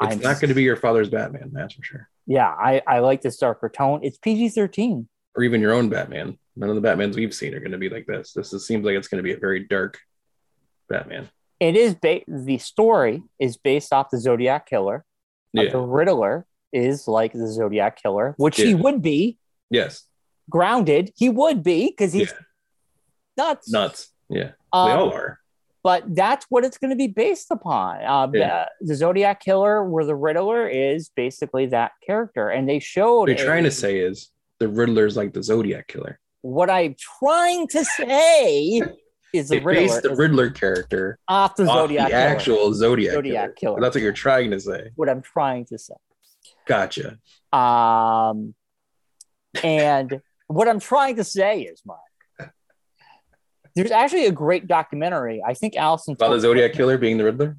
Speaker 1: It's
Speaker 2: I'm
Speaker 1: not going to be your father's Batman, that's for sure.
Speaker 2: yeah, I, I like this darker tone. It's PG 13.
Speaker 1: Or even your own Batman. None of the Batmans we've seen are going to be like this. This is, seems like it's going to be a very dark Batman.
Speaker 2: It is ba- the story is based off the Zodiac Killer. but
Speaker 1: Yeah.
Speaker 2: The Riddler is like the Zodiac Killer, which he
Speaker 1: Yeah.
Speaker 2: would be
Speaker 1: Yes.
Speaker 2: grounded. He would be because he's nuts.
Speaker 1: Nuts. Yeah. They
Speaker 2: Um,
Speaker 1: all are.
Speaker 2: but that's what it's going to be based upon. Uh,
Speaker 1: Yeah.
Speaker 2: the, the Zodiac Killer, where the Riddler is basically that character, and they showed
Speaker 1: What
Speaker 2: a-
Speaker 1: you're trying to say is the Riddler's like the Zodiac killer.
Speaker 2: what I'm trying to say is
Speaker 1: They
Speaker 2: the Riddler
Speaker 1: based the
Speaker 2: is
Speaker 1: Riddler character
Speaker 2: off the
Speaker 1: off
Speaker 2: Zodiac
Speaker 1: the
Speaker 2: Killer.
Speaker 1: actual Zodiac,
Speaker 2: Zodiac
Speaker 1: Zodiac killer.
Speaker 2: Killer.
Speaker 1: That's what you're trying to say.
Speaker 2: What I'm trying to say.
Speaker 1: Gotcha.
Speaker 2: Um, and what I'm trying to say is, Mark, there's actually a great documentary. I think Allison.
Speaker 1: About the
Speaker 2: told-
Speaker 1: Zodiac killer being the Riddler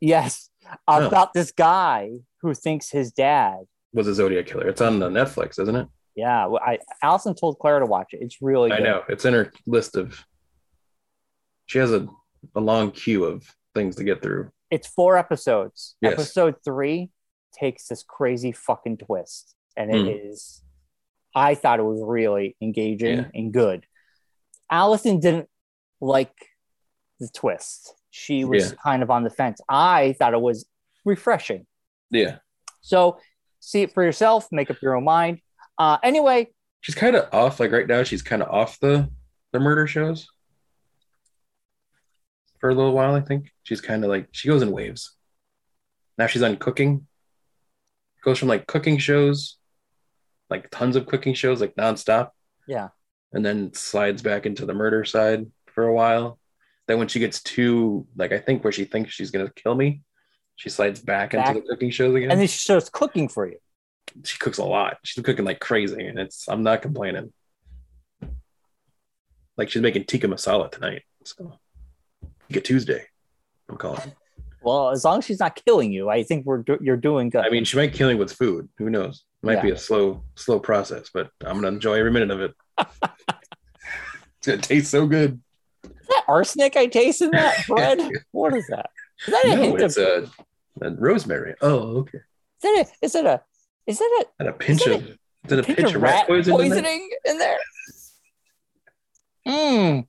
Speaker 2: Yes,
Speaker 1: Oh.
Speaker 2: about this guy who thinks his dad.
Speaker 1: was a Zodiac killer. It's on the Netflix, isn't it?
Speaker 2: Yeah, well, I Allison told Claire to watch it. It's really.
Speaker 1: I
Speaker 2: good.
Speaker 1: know. It's in her list of. She has a, a long queue of things to get through.
Speaker 2: It's four episodes.
Speaker 1: Yes.
Speaker 2: Episode three takes this crazy fucking twist, and it is.
Speaker 1: Hmm.
Speaker 2: I thought it was really engaging
Speaker 1: Yeah.
Speaker 2: and good. Allison didn't like the twist. She was
Speaker 1: Yeah.
Speaker 2: kind of on the fence. I thought it was refreshing.
Speaker 1: Yeah.
Speaker 2: So see it for yourself. Make up your own mind. Uh, anyway,
Speaker 1: She's kind of off. Like right now, she's kind of off the the murder shows for a little while. I think she's kind of like she goes in waves. Now she's on cooking. Goes from like cooking shows, like tons of cooking shows, like nonstop.
Speaker 2: Yeah.
Speaker 1: And then slides back into the murder side for a while. Then when she gets too like I think where she thinks she's gonna kill me, she slides back,
Speaker 2: Back.
Speaker 1: into the cooking shows again.
Speaker 2: and then she starts cooking for you.
Speaker 1: she cooks a lot. She's cooking like crazy, and it's I'm not complaining. Like she's making tikka masala tonight. So tikka Tuesday, I'm calling. it.
Speaker 2: Well, as long as she's not killing you, I think we're do- you're doing good.
Speaker 1: I mean, she might kill me with food. Who knows? It might be a slow, slow process, but I'm gonna enjoy every minute of it. it's gonna taste so good.
Speaker 2: is that arsenic I taste in that bread? what is that? Is that a
Speaker 1: No,
Speaker 2: hint
Speaker 1: it's
Speaker 2: of?
Speaker 1: a, a rosemary. Oh, okay.
Speaker 2: Is that a? Is that a? Is that
Speaker 1: And a pinch
Speaker 2: Isn't
Speaker 1: of did
Speaker 2: a
Speaker 1: a pinch of rat poison. in there?
Speaker 2: poisoning in there? Mm,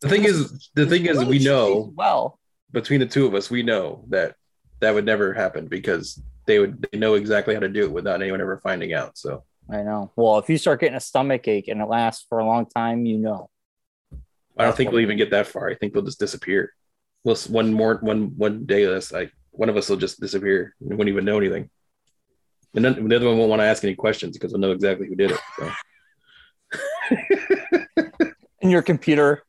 Speaker 1: The thing is, the thing is,
Speaker 2: Really
Speaker 1: we
Speaker 2: tastes
Speaker 1: know
Speaker 2: well.
Speaker 1: between the two of us, we know that that would never happen because they would they know exactly how to do it without anyone ever finding out. So
Speaker 2: I know. Well, if you start getting a stomach ache and it lasts for a long time, you know.
Speaker 1: I don't think we'll even get that far. I think they'll just disappear. We'll s- one more one one day that's like one of us will just disappear. We won't even know anything. And then the other one won't want to ask any questions because we'll know exactly who did it. So.
Speaker 2: In your computer,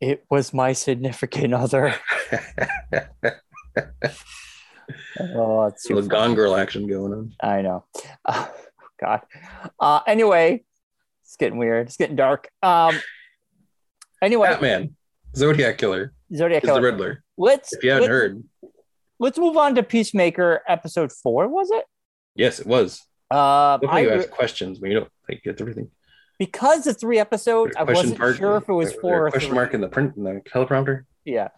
Speaker 2: it was my significant other. Oh, it's too
Speaker 1: little gone girl action going on.
Speaker 2: I know. Uh, God. Uh, anyway, it's getting weird. It's getting dark. Um. Anyway,
Speaker 1: Batman, Zodiac Killer
Speaker 2: Zodiac
Speaker 1: is the
Speaker 2: Killer.
Speaker 1: Riddler.
Speaker 2: Let's
Speaker 1: If you haven't
Speaker 2: let's,
Speaker 1: heard,
Speaker 2: let's move on to Peacemaker episode four. Was it?
Speaker 1: yes, it was.
Speaker 2: Uh,
Speaker 1: Look how
Speaker 2: I
Speaker 1: you
Speaker 2: re-
Speaker 1: ask questions when you don't like get everything.
Speaker 2: because the three episodes, I
Speaker 1: Question
Speaker 2: wasn't
Speaker 1: mark-
Speaker 2: sure if it was
Speaker 1: there- there
Speaker 2: four or
Speaker 1: question
Speaker 2: three.
Speaker 1: mark in the print in the teleprompter
Speaker 2: Yeah,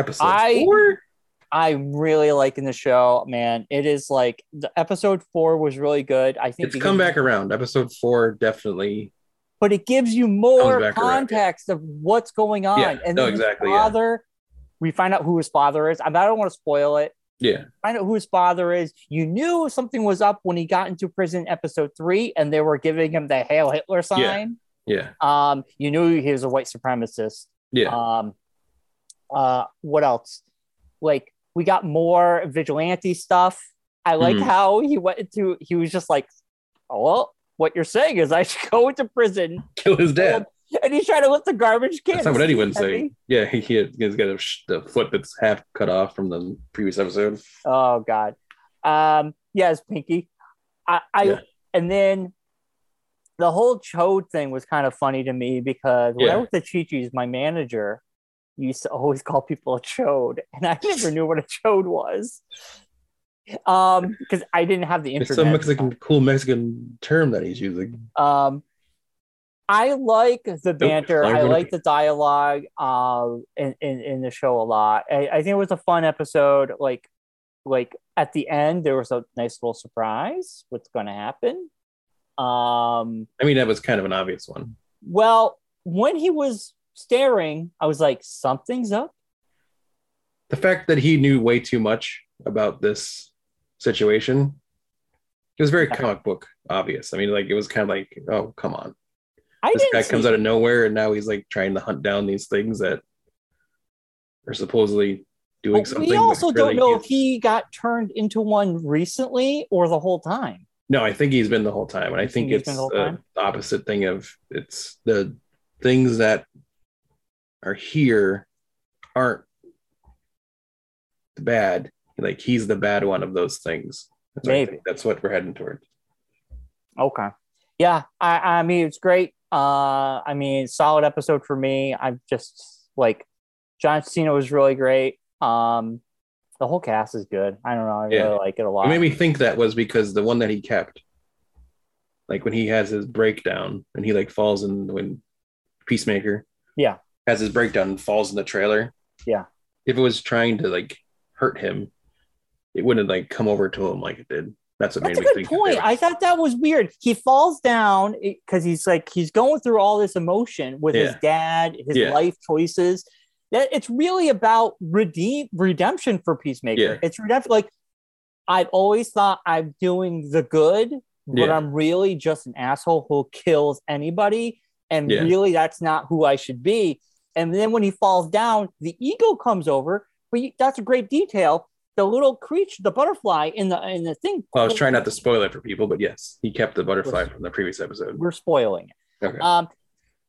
Speaker 1: episode
Speaker 2: I-
Speaker 1: four.
Speaker 2: I'm really liking the show, man. It is like the episode four was really good. I think
Speaker 1: It's
Speaker 2: it
Speaker 1: come
Speaker 2: gives-
Speaker 1: back around. Episode four definitely.
Speaker 2: but it gives you more
Speaker 1: back around, yeah.
Speaker 2: context of what's going on.
Speaker 1: Yeah,
Speaker 2: and
Speaker 1: no,
Speaker 2: then his
Speaker 1: exactly, yeah.
Speaker 2: Father, we find out who his father is. I I don't want to spoil it.
Speaker 1: Yeah,
Speaker 2: find out who his father is. You knew something was up when he got into prison in episode three, and they were giving him the Hail Hitler sign.
Speaker 1: yeah,
Speaker 2: Um, you knew he was a white supremacist.
Speaker 1: yeah.
Speaker 2: Um, uh, what else? Like we got more vigilante stuff. I like
Speaker 1: Mhm.
Speaker 2: how he went into. He was just like, "Oh, well, what you're saying is I should go into prison,"
Speaker 1: Kill his dad.
Speaker 2: and he's trying to lift the garbage can.
Speaker 1: That's not what anyone say.
Speaker 2: heavy.
Speaker 1: Yeah, he, he has got a, sh- the foot that's half cut off from the previous episode.
Speaker 2: Oh God. Um, yes, Pinky. I, I
Speaker 1: Yeah.
Speaker 2: and then the whole Chode thing was kind of funny to me because when I
Speaker 1: Yeah.
Speaker 2: worked at Chi Chi's, my manager used to always call people a chode, and I never knew what a chode was. Um, because I didn't have the
Speaker 1: It's
Speaker 2: internet.
Speaker 1: some Mexican cool Mexican term that he's using.
Speaker 2: Um, I like the banter.
Speaker 1: sorry,
Speaker 2: I
Speaker 1: what
Speaker 2: like
Speaker 1: if-
Speaker 2: the dialogue um, in, in in the show a lot. I, I think it was a fun episode. Like, like at the end, there was a nice little surprise. What's going to happen? Um,
Speaker 1: I mean, that was kind of an obvious one.
Speaker 2: well, when he was staring, I was like, something's up.
Speaker 1: The fact that he knew way too much about this situation. It was very
Speaker 2: Yeah.
Speaker 1: comic book obvious. I mean, like it was kind of like, oh, come on.
Speaker 2: I
Speaker 1: this
Speaker 2: didn't.
Speaker 1: guy
Speaker 2: see-
Speaker 1: comes out of nowhere and now he's like trying to hunt down these things that are supposedly doing
Speaker 2: Well,
Speaker 1: something.
Speaker 2: we also
Speaker 1: that's really-
Speaker 2: don't know if he got turned into one recently or the whole time.
Speaker 1: No, I think he's been the whole time, and I
Speaker 2: You
Speaker 1: think
Speaker 2: think he's
Speaker 1: it's
Speaker 2: been the whole
Speaker 1: the
Speaker 2: time?
Speaker 1: opposite thing of it's the things that are here aren't bad. Like he's the bad one of those things. That's what I
Speaker 2: Maybe.
Speaker 1: think- that's what we're heading toward.
Speaker 2: Okay. Yeah, I, I mean it's great. Uh, I mean solid episode for me. I'm just like John Cena was really great. Um, the whole cast is good. I don't know. I
Speaker 1: Yeah.
Speaker 2: really like it a lot.
Speaker 1: What made me think that was because the one that he kept, like when he has his breakdown and he like falls in when Peacemaker,
Speaker 2: Yeah.
Speaker 1: has his breakdown and falls in the trailer,
Speaker 2: Yeah.
Speaker 1: If it was trying to like hurt him, it wouldn't like come over to him like it did. That's what
Speaker 2: That's a
Speaker 1: made me think.
Speaker 2: good point. I thought that was weird. He falls down because he's like he's going through all this emotion with his
Speaker 1: Yeah.
Speaker 2: dad, his
Speaker 1: Yeah.
Speaker 2: life choices. That it's really about redeem redemption for Peacemaker.
Speaker 1: Yeah.
Speaker 2: It's redemption. Like I've always thought I'm doing the good, but
Speaker 1: Yeah.
Speaker 2: I'm really just an asshole who kills anybody, and
Speaker 1: Yeah.
Speaker 2: really that's not who I should be. And then when he falls down, the ego comes over. But you, that's a great detail. The little creature, the butterfly in the in the thing.
Speaker 1: Well, I was trying not to spoil it for people, but yes, he kept the butterfly from the previous episode.
Speaker 2: we're spoiling it.
Speaker 1: Okay.
Speaker 2: Um,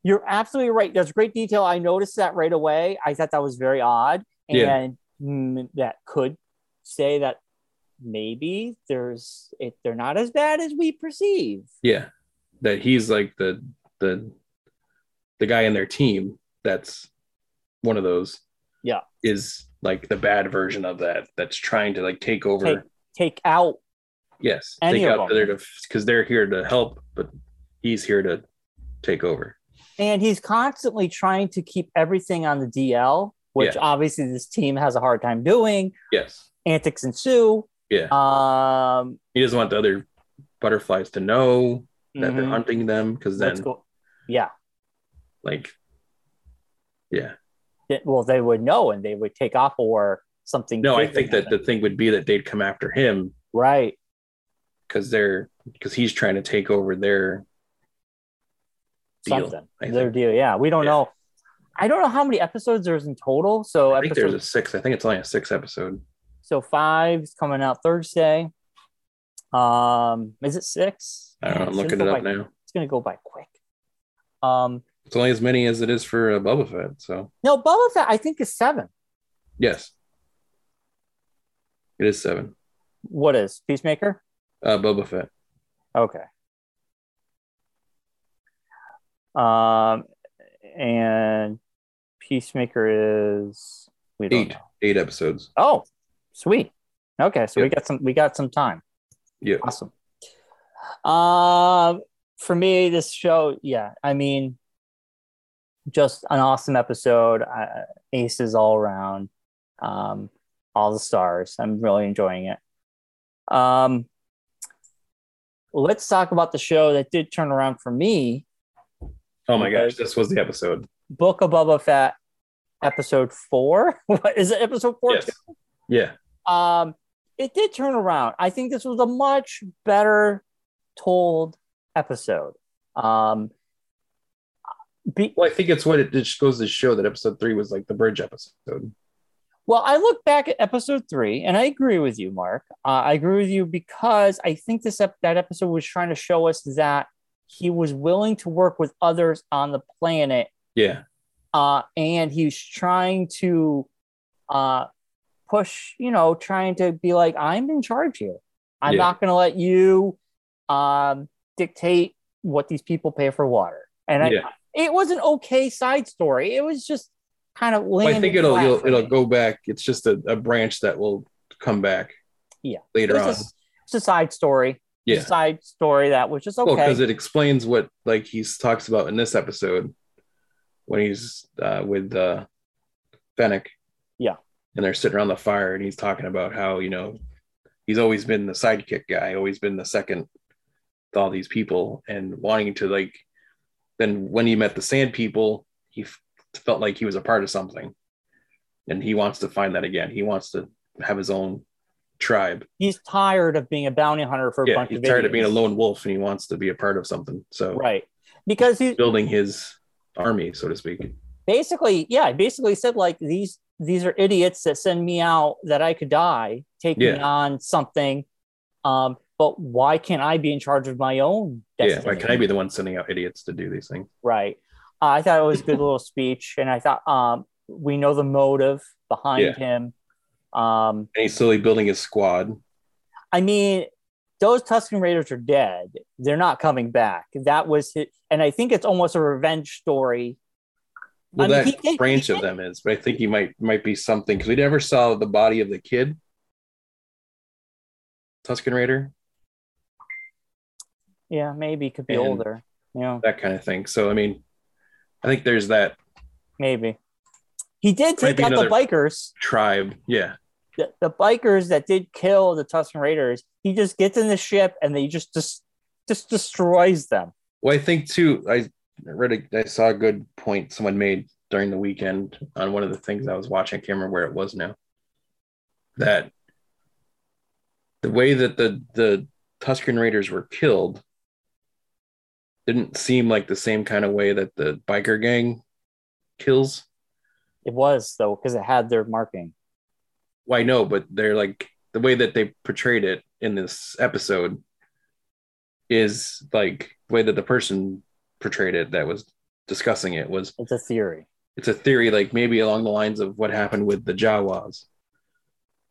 Speaker 2: you're absolutely right. There's great detail. I noticed that right away. I thought that was very odd,
Speaker 1: Yeah.
Speaker 2: and mm, that could say that maybe there's it, they're not as bad as we perceive.
Speaker 1: Yeah, that he's like the the the guy in their team that's one of those
Speaker 2: Yeah.
Speaker 1: is like the bad version of that that's trying to like take over
Speaker 2: Take- take out
Speaker 1: yes
Speaker 2: any
Speaker 1: take
Speaker 2: of
Speaker 1: out
Speaker 2: them.
Speaker 1: there because they're here to help but he's here to take over
Speaker 2: and he's constantly trying to keep everything on the DL, which
Speaker 1: Yeah.
Speaker 2: obviously this team has a hard time doing.
Speaker 1: yes
Speaker 2: Antics ensue.
Speaker 1: yeah
Speaker 2: Um,
Speaker 1: he doesn't want the other butterflies to know that they're
Speaker 2: mhm,
Speaker 1: hunting them because
Speaker 2: what's
Speaker 1: then
Speaker 2: go- yeah.
Speaker 1: like yeah
Speaker 2: Th- Well, they would know, and they would take off or something.
Speaker 1: no i
Speaker 2: big would
Speaker 1: think that
Speaker 2: happen.
Speaker 1: the thing would be that they'd come after him
Speaker 2: right.
Speaker 1: because they're because he's trying to take over their deal.
Speaker 2: something.
Speaker 1: I
Speaker 2: Their
Speaker 1: think.
Speaker 2: deal. Yeah, we don't
Speaker 1: Yeah.
Speaker 2: know. I don't know how many episodes there's in total. So
Speaker 1: I think there's
Speaker 2: episode,
Speaker 1: a six. I think it's only a six episode.
Speaker 2: so five's coming out Thursday. Um, is it six?
Speaker 1: I don't know, I'm
Speaker 2: Man, it's gonna
Speaker 1: looking
Speaker 2: go
Speaker 1: it up
Speaker 2: by-
Speaker 1: now.
Speaker 2: It's gonna go by quick. Um,
Speaker 1: It's only as many as it is for uh, Boba Fett. So
Speaker 2: no, Boba Fett I think is seven.
Speaker 1: yes, it is seven.
Speaker 2: What is Peacemaker?
Speaker 1: Uh, Boba Fett.
Speaker 2: Okay. Um, and Peacemaker is we don't
Speaker 1: Eight.
Speaker 2: know.
Speaker 1: Eight episodes.
Speaker 2: Oh, sweet. Okay, so we
Speaker 1: Yeah.
Speaker 2: got some. We got some time.
Speaker 1: Yeah.
Speaker 2: Awesome. Um, for me, this show, yeah, I mean, just an awesome episode. Uh, aces all around. Um, all the stars. I'm really enjoying it. Um, let's talk about the show that did turn around for me.
Speaker 1: Oh my gosh, this was the episode.
Speaker 2: Book of Boba Fett, episode four. what is it? Episode four.
Speaker 1: Yes. Yeah.
Speaker 2: um, it did turn around. I think this was a much better told episode. Um, be,
Speaker 1: Well, I think it's what it just goes to show that episode three was like the bridge episode.
Speaker 2: well, I look back at episode three, and I agree with you, Mark. Uh, I agree with you because I think this ep- that episode was trying to show us that he was willing to work with others on the planet
Speaker 1: Yeah.
Speaker 2: uh, and he's trying to uh, push, you know, trying to be like, I'm in charge here. I'm
Speaker 1: Yeah.
Speaker 2: not going to let you um, dictate what these people pay for water. And I,
Speaker 1: Yeah.
Speaker 2: it was an okay side story. It was just kind of.
Speaker 1: Well, I
Speaker 2: landed
Speaker 1: think it'll
Speaker 2: flat
Speaker 1: it'll,
Speaker 2: for
Speaker 1: it'll
Speaker 2: me.
Speaker 1: go back. It's just a, a branch that will come back.
Speaker 2: Yeah. It
Speaker 1: Later
Speaker 2: was
Speaker 1: on.
Speaker 2: just- It's a side story. It's
Speaker 1: yeah.
Speaker 2: a side story that was just
Speaker 1: Well,
Speaker 2: okay.
Speaker 1: because it explains what like he talks about in this episode when he's uh, with uh, Fennec.
Speaker 2: Yeah.
Speaker 1: And they're sitting around the fire, and he's talking about how you know he's always been the sidekick guy, always been the second to all these people, and wanting to like. Then when he met the Sand People, he f- felt like he was a part of something, and he wants to find that again. He wants to have his own tribe
Speaker 2: he's tired of being a bounty hunter for a
Speaker 1: yeah,
Speaker 2: bunch
Speaker 1: he's
Speaker 2: of
Speaker 1: tired of being a
Speaker 2: idiots.
Speaker 1: lone wolf and he wants to be a part of something. So
Speaker 2: Right. Because he,
Speaker 1: building his army, so to speak.
Speaker 2: basically yeah I basically said like these these are idiots that send me out that i could die take me
Speaker 1: Yeah.
Speaker 2: on something um but why can't i be in charge of my own
Speaker 1: Yeah, why can I be the one sending out idiots to do these things?
Speaker 2: right uh, i thought it was a good little speech and i thought um we know the motive behind
Speaker 1: Yeah.
Speaker 2: him um
Speaker 1: And he's slowly building his squad.
Speaker 2: i mean those tuscan raiders are dead they're not coming back that was his, and i think it's almost a revenge story
Speaker 1: Well,
Speaker 2: I mean,
Speaker 1: that
Speaker 2: he did-
Speaker 1: branch
Speaker 2: he
Speaker 1: of them is, but I think he might might be something because we never saw the body of the kid, Tuscan Raider,
Speaker 2: yeah maybe could be
Speaker 1: And-
Speaker 2: older yeah
Speaker 1: that kind of thing. So I mean, I think there's that
Speaker 2: Maybe. He did take
Speaker 1: Might be
Speaker 2: out
Speaker 1: another-
Speaker 2: the bikers,
Speaker 1: tribe. Yeah,
Speaker 2: the, the bikers that did kill the Tuscan Raiders. He just gets in the ship and they just just, just destroys them.
Speaker 1: Well, I think too, I read, a, I saw a good point someone made during the weekend on one of the things I was watching. I can't remember where it was now. That the way that the the Tuscan Raiders were killed didn't seem like the same kind of way that the biker gang kills.
Speaker 2: It was though because it had their marking.
Speaker 1: Well, I know, but they're like the way that they portrayed it in this episode is like the way that the person portrayed it that was discussing it was
Speaker 2: It's a theory.
Speaker 1: it's a theory like maybe along the lines of what happened with the Jawas,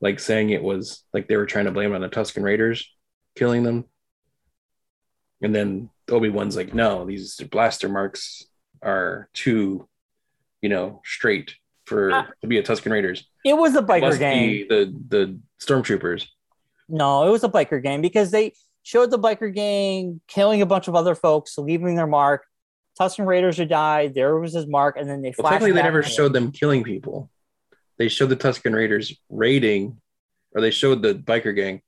Speaker 1: like saying it was like they were trying to blame it on the Tuscan Raiders killing them, and then Obi Wan's like, no, these blaster marks are too, you know, straight for
Speaker 2: Ah.
Speaker 1: to be a Tuscan Raiders.
Speaker 2: It was a biker
Speaker 1: Must
Speaker 2: game.
Speaker 1: be the the stormtroopers.
Speaker 2: No, it was a biker gang because they showed the biker gang killing a bunch of other folks, leaving their mark. Tuscan Raiders who died. There was his mark, and then they.
Speaker 1: Well,
Speaker 2: flashed
Speaker 1: technically, they
Speaker 2: back
Speaker 1: never
Speaker 2: to it.
Speaker 1: showed them killing people. They showed the Tuscan Raiders raiding, or they showed the biker gang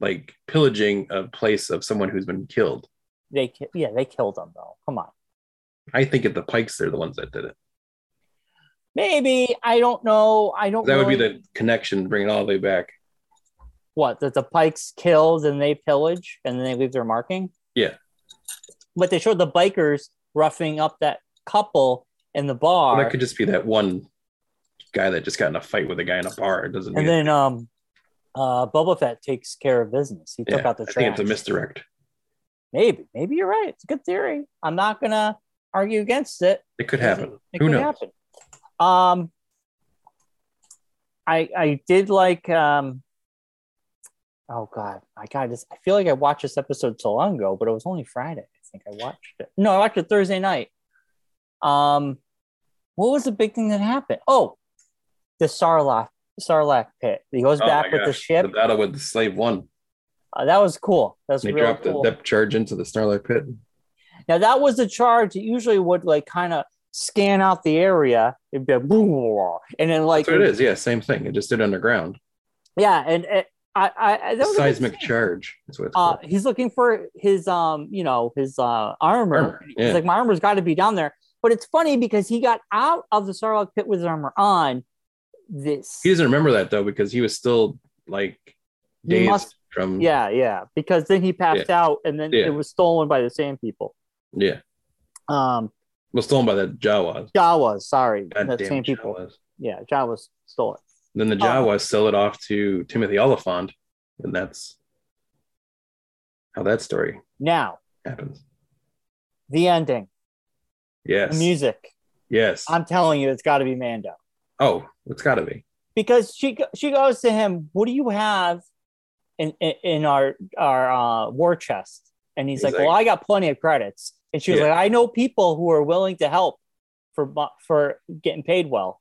Speaker 1: like pillaging a place of someone who's been killed.
Speaker 2: They ki- yeah, they killed them though. Come on,
Speaker 1: I think at the Pikes, they're the ones that did it.
Speaker 2: maybe I don't know. I don't.
Speaker 1: That would be
Speaker 2: really-
Speaker 1: the connection, bring it all the way back.
Speaker 2: what that the pikes killed and they pillage and then they leave their marking.
Speaker 1: Yeah.
Speaker 2: But they showed the bikers roughing up that couple in the bar,
Speaker 1: Well, that could just be that one guy that just got in a fight with a guy in a bar. It doesn't mean
Speaker 2: and then um, uh, Boba Fett takes care of business. He took
Speaker 1: Yeah,
Speaker 2: out the
Speaker 1: I
Speaker 2: trash.
Speaker 1: think it's a misdirect.
Speaker 2: maybe maybe you're right it's a good theory i'm not gonna argue against it
Speaker 1: It could
Speaker 2: Because
Speaker 1: happen.
Speaker 2: it
Speaker 1: Who
Speaker 2: could
Speaker 1: knows?
Speaker 2: happen um i i did like um oh god i got this i feel like i watched this episode so long ago but it was only friday i think i watched it no i watched it thursday night um what was the big thing that happened oh the sarlacc sarlacc pit he goes
Speaker 1: Oh
Speaker 2: back
Speaker 1: my
Speaker 2: with the
Speaker 1: gosh,
Speaker 2: ship
Speaker 1: The battle with the slave one.
Speaker 2: Uh, that was cool that was
Speaker 1: They
Speaker 2: really
Speaker 1: dropped
Speaker 2: cool.
Speaker 1: the depth charge into the Snarlock pit.
Speaker 2: Now that was the charge that usually would like kind of scan out the area. It'd be like, "Boo, boo, boo," and then like
Speaker 1: That's what it is. Yeah, same thing. It just did underground.
Speaker 2: yeah, and it, I I I- that was a good
Speaker 1: Seismic
Speaker 2: scene.
Speaker 1: charge. That's what it's
Speaker 2: Uh,
Speaker 1: called.
Speaker 2: he's looking for his um you know his uh armor.
Speaker 1: Armor, yeah.
Speaker 2: He's like my armor's got to be down there. But it's funny because he got out of the Sarlacc pit with his armor on. This
Speaker 1: He doesn't remember that though because he was still like
Speaker 2: He
Speaker 1: dazed
Speaker 2: must-
Speaker 1: from
Speaker 2: yeah yeah because then he passed out and then
Speaker 1: Yeah.
Speaker 2: it was stolen by the same people.
Speaker 1: yeah.
Speaker 2: Um,
Speaker 1: Was stolen by the Jawas.
Speaker 2: Jawas, sorry,
Speaker 1: God
Speaker 2: the
Speaker 1: damn
Speaker 2: same people.
Speaker 1: Jawas.
Speaker 2: Yeah, Jawas stole it.
Speaker 1: Then the
Speaker 2: Oh.
Speaker 1: Jawas sell it off to Timothy Oliphant, and that's how that story
Speaker 2: Now
Speaker 1: happens.
Speaker 2: the ending.
Speaker 1: Yes.
Speaker 2: the music.
Speaker 1: Yes.
Speaker 2: I'm telling you, it's got to be Mando
Speaker 1: oh, it's got to be.
Speaker 2: because she go- she goes to him. What do you have in in, in our our uh, war chest? And he's,
Speaker 1: He's
Speaker 2: like,
Speaker 1: like-
Speaker 2: "Well, I got plenty of credits." And she was
Speaker 1: Yeah.
Speaker 2: like, "I know people who are willing to help for bu- for getting paid well."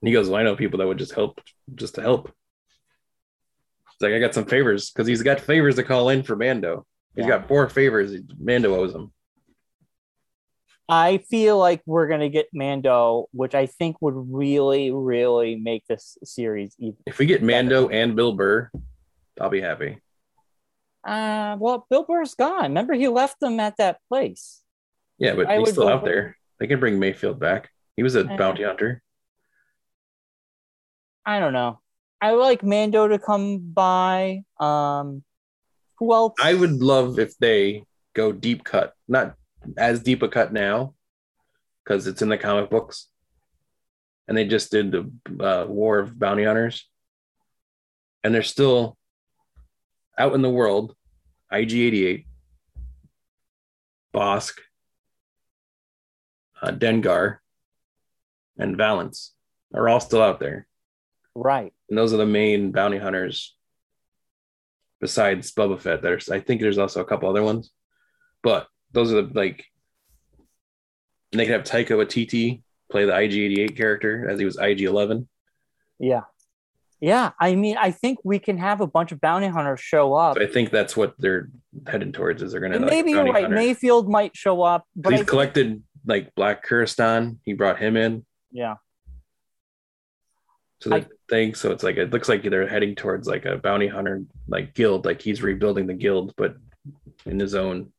Speaker 1: And he goes, Well, I know people that would just help, just to help. It's like, I got some favors because he's got favors to call in for Mando. He's
Speaker 2: Yeah.
Speaker 1: got four favors Mando owes him.
Speaker 2: I feel like we're gonna get Mando, which I think would really, really make this series even.
Speaker 1: If we get Mando and Bill Burr, I'll be happy.
Speaker 2: Uh, well, Bill Burr's gone. Remember, he left them at that place.
Speaker 1: Yeah, but
Speaker 2: I
Speaker 1: he's
Speaker 2: would
Speaker 1: still
Speaker 2: go
Speaker 1: out
Speaker 2: for-
Speaker 1: there. They can bring Mayfield back. He was a
Speaker 2: Uh,
Speaker 1: bounty hunter.
Speaker 2: I don't know. I would like Mando to come by. Um, who else?
Speaker 1: I would love if they go deep cut, not as deep a cut now, because it's in the comic books. And they just did the uh, War of Bounty Hunters. And they're still out in the world. IG 88, Bosk, uh, Dengar, and Valance are all still out there.
Speaker 2: right.
Speaker 1: And those are the main bounty hunters besides Boba Fett. There's I think there's also a couple other ones. But those are the like and they could have Taika Waititi play the IG eighty eight character as he was IG eleven.
Speaker 2: Yeah. Yeah. I mean, I think we can have a bunch of bounty hunters show up.
Speaker 1: So I think that's what they're heading towards is they're gonna
Speaker 2: And
Speaker 1: like,
Speaker 2: maybe you're
Speaker 1: bounty
Speaker 2: right.
Speaker 1: hunter.
Speaker 2: Mayfield might show up, but
Speaker 1: he's
Speaker 2: I-
Speaker 1: collected like Black Kuristan. He brought him in
Speaker 2: yeah,
Speaker 1: to the
Speaker 2: I-
Speaker 1: thing. So it's like it looks like they're heading towards like a bounty hunter like guild. Like he's rebuilding the guild, but in his own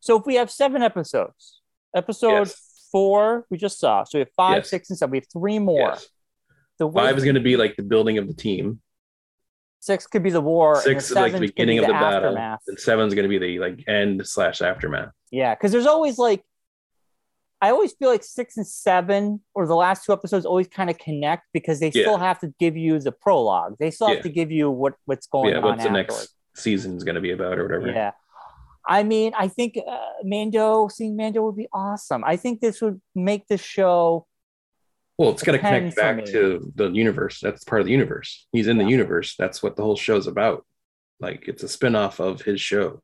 Speaker 2: So if we have seven episodes, episode four we just saw. So we have five,
Speaker 1: Yes.
Speaker 2: six, and seven. We have three more.
Speaker 1: Yes.
Speaker 2: The
Speaker 1: Five
Speaker 2: wi-
Speaker 1: is going to be like the building of the team.
Speaker 2: six could be the war. and
Speaker 1: Six is like the
Speaker 2: seventh could
Speaker 1: beginning
Speaker 2: be
Speaker 1: of the battle,
Speaker 2: aftermath.
Speaker 1: and seven is going to be the like end slash aftermath.
Speaker 2: Yeah, because there's always like, I always feel like six and seven or the last two episodes always kind of connect because they
Speaker 1: Yeah.
Speaker 2: still have to give you the prologue. They still have
Speaker 1: Yeah.
Speaker 2: to give you what what's going
Speaker 1: yeah,
Speaker 2: on
Speaker 1: what's the
Speaker 2: afterwards.
Speaker 1: next season is going to be about or whatever.
Speaker 2: Yeah, I mean, I think uh, Mando seeing Mando would be awesome. I think this would make the show.
Speaker 1: Well, it's going to
Speaker 2: Depends
Speaker 1: connect back
Speaker 2: on me.
Speaker 1: to the universe. That's part of the universe. He's in
Speaker 2: Yeah.
Speaker 1: the universe. That's what the whole show's about. Like it's a spin-off of his show.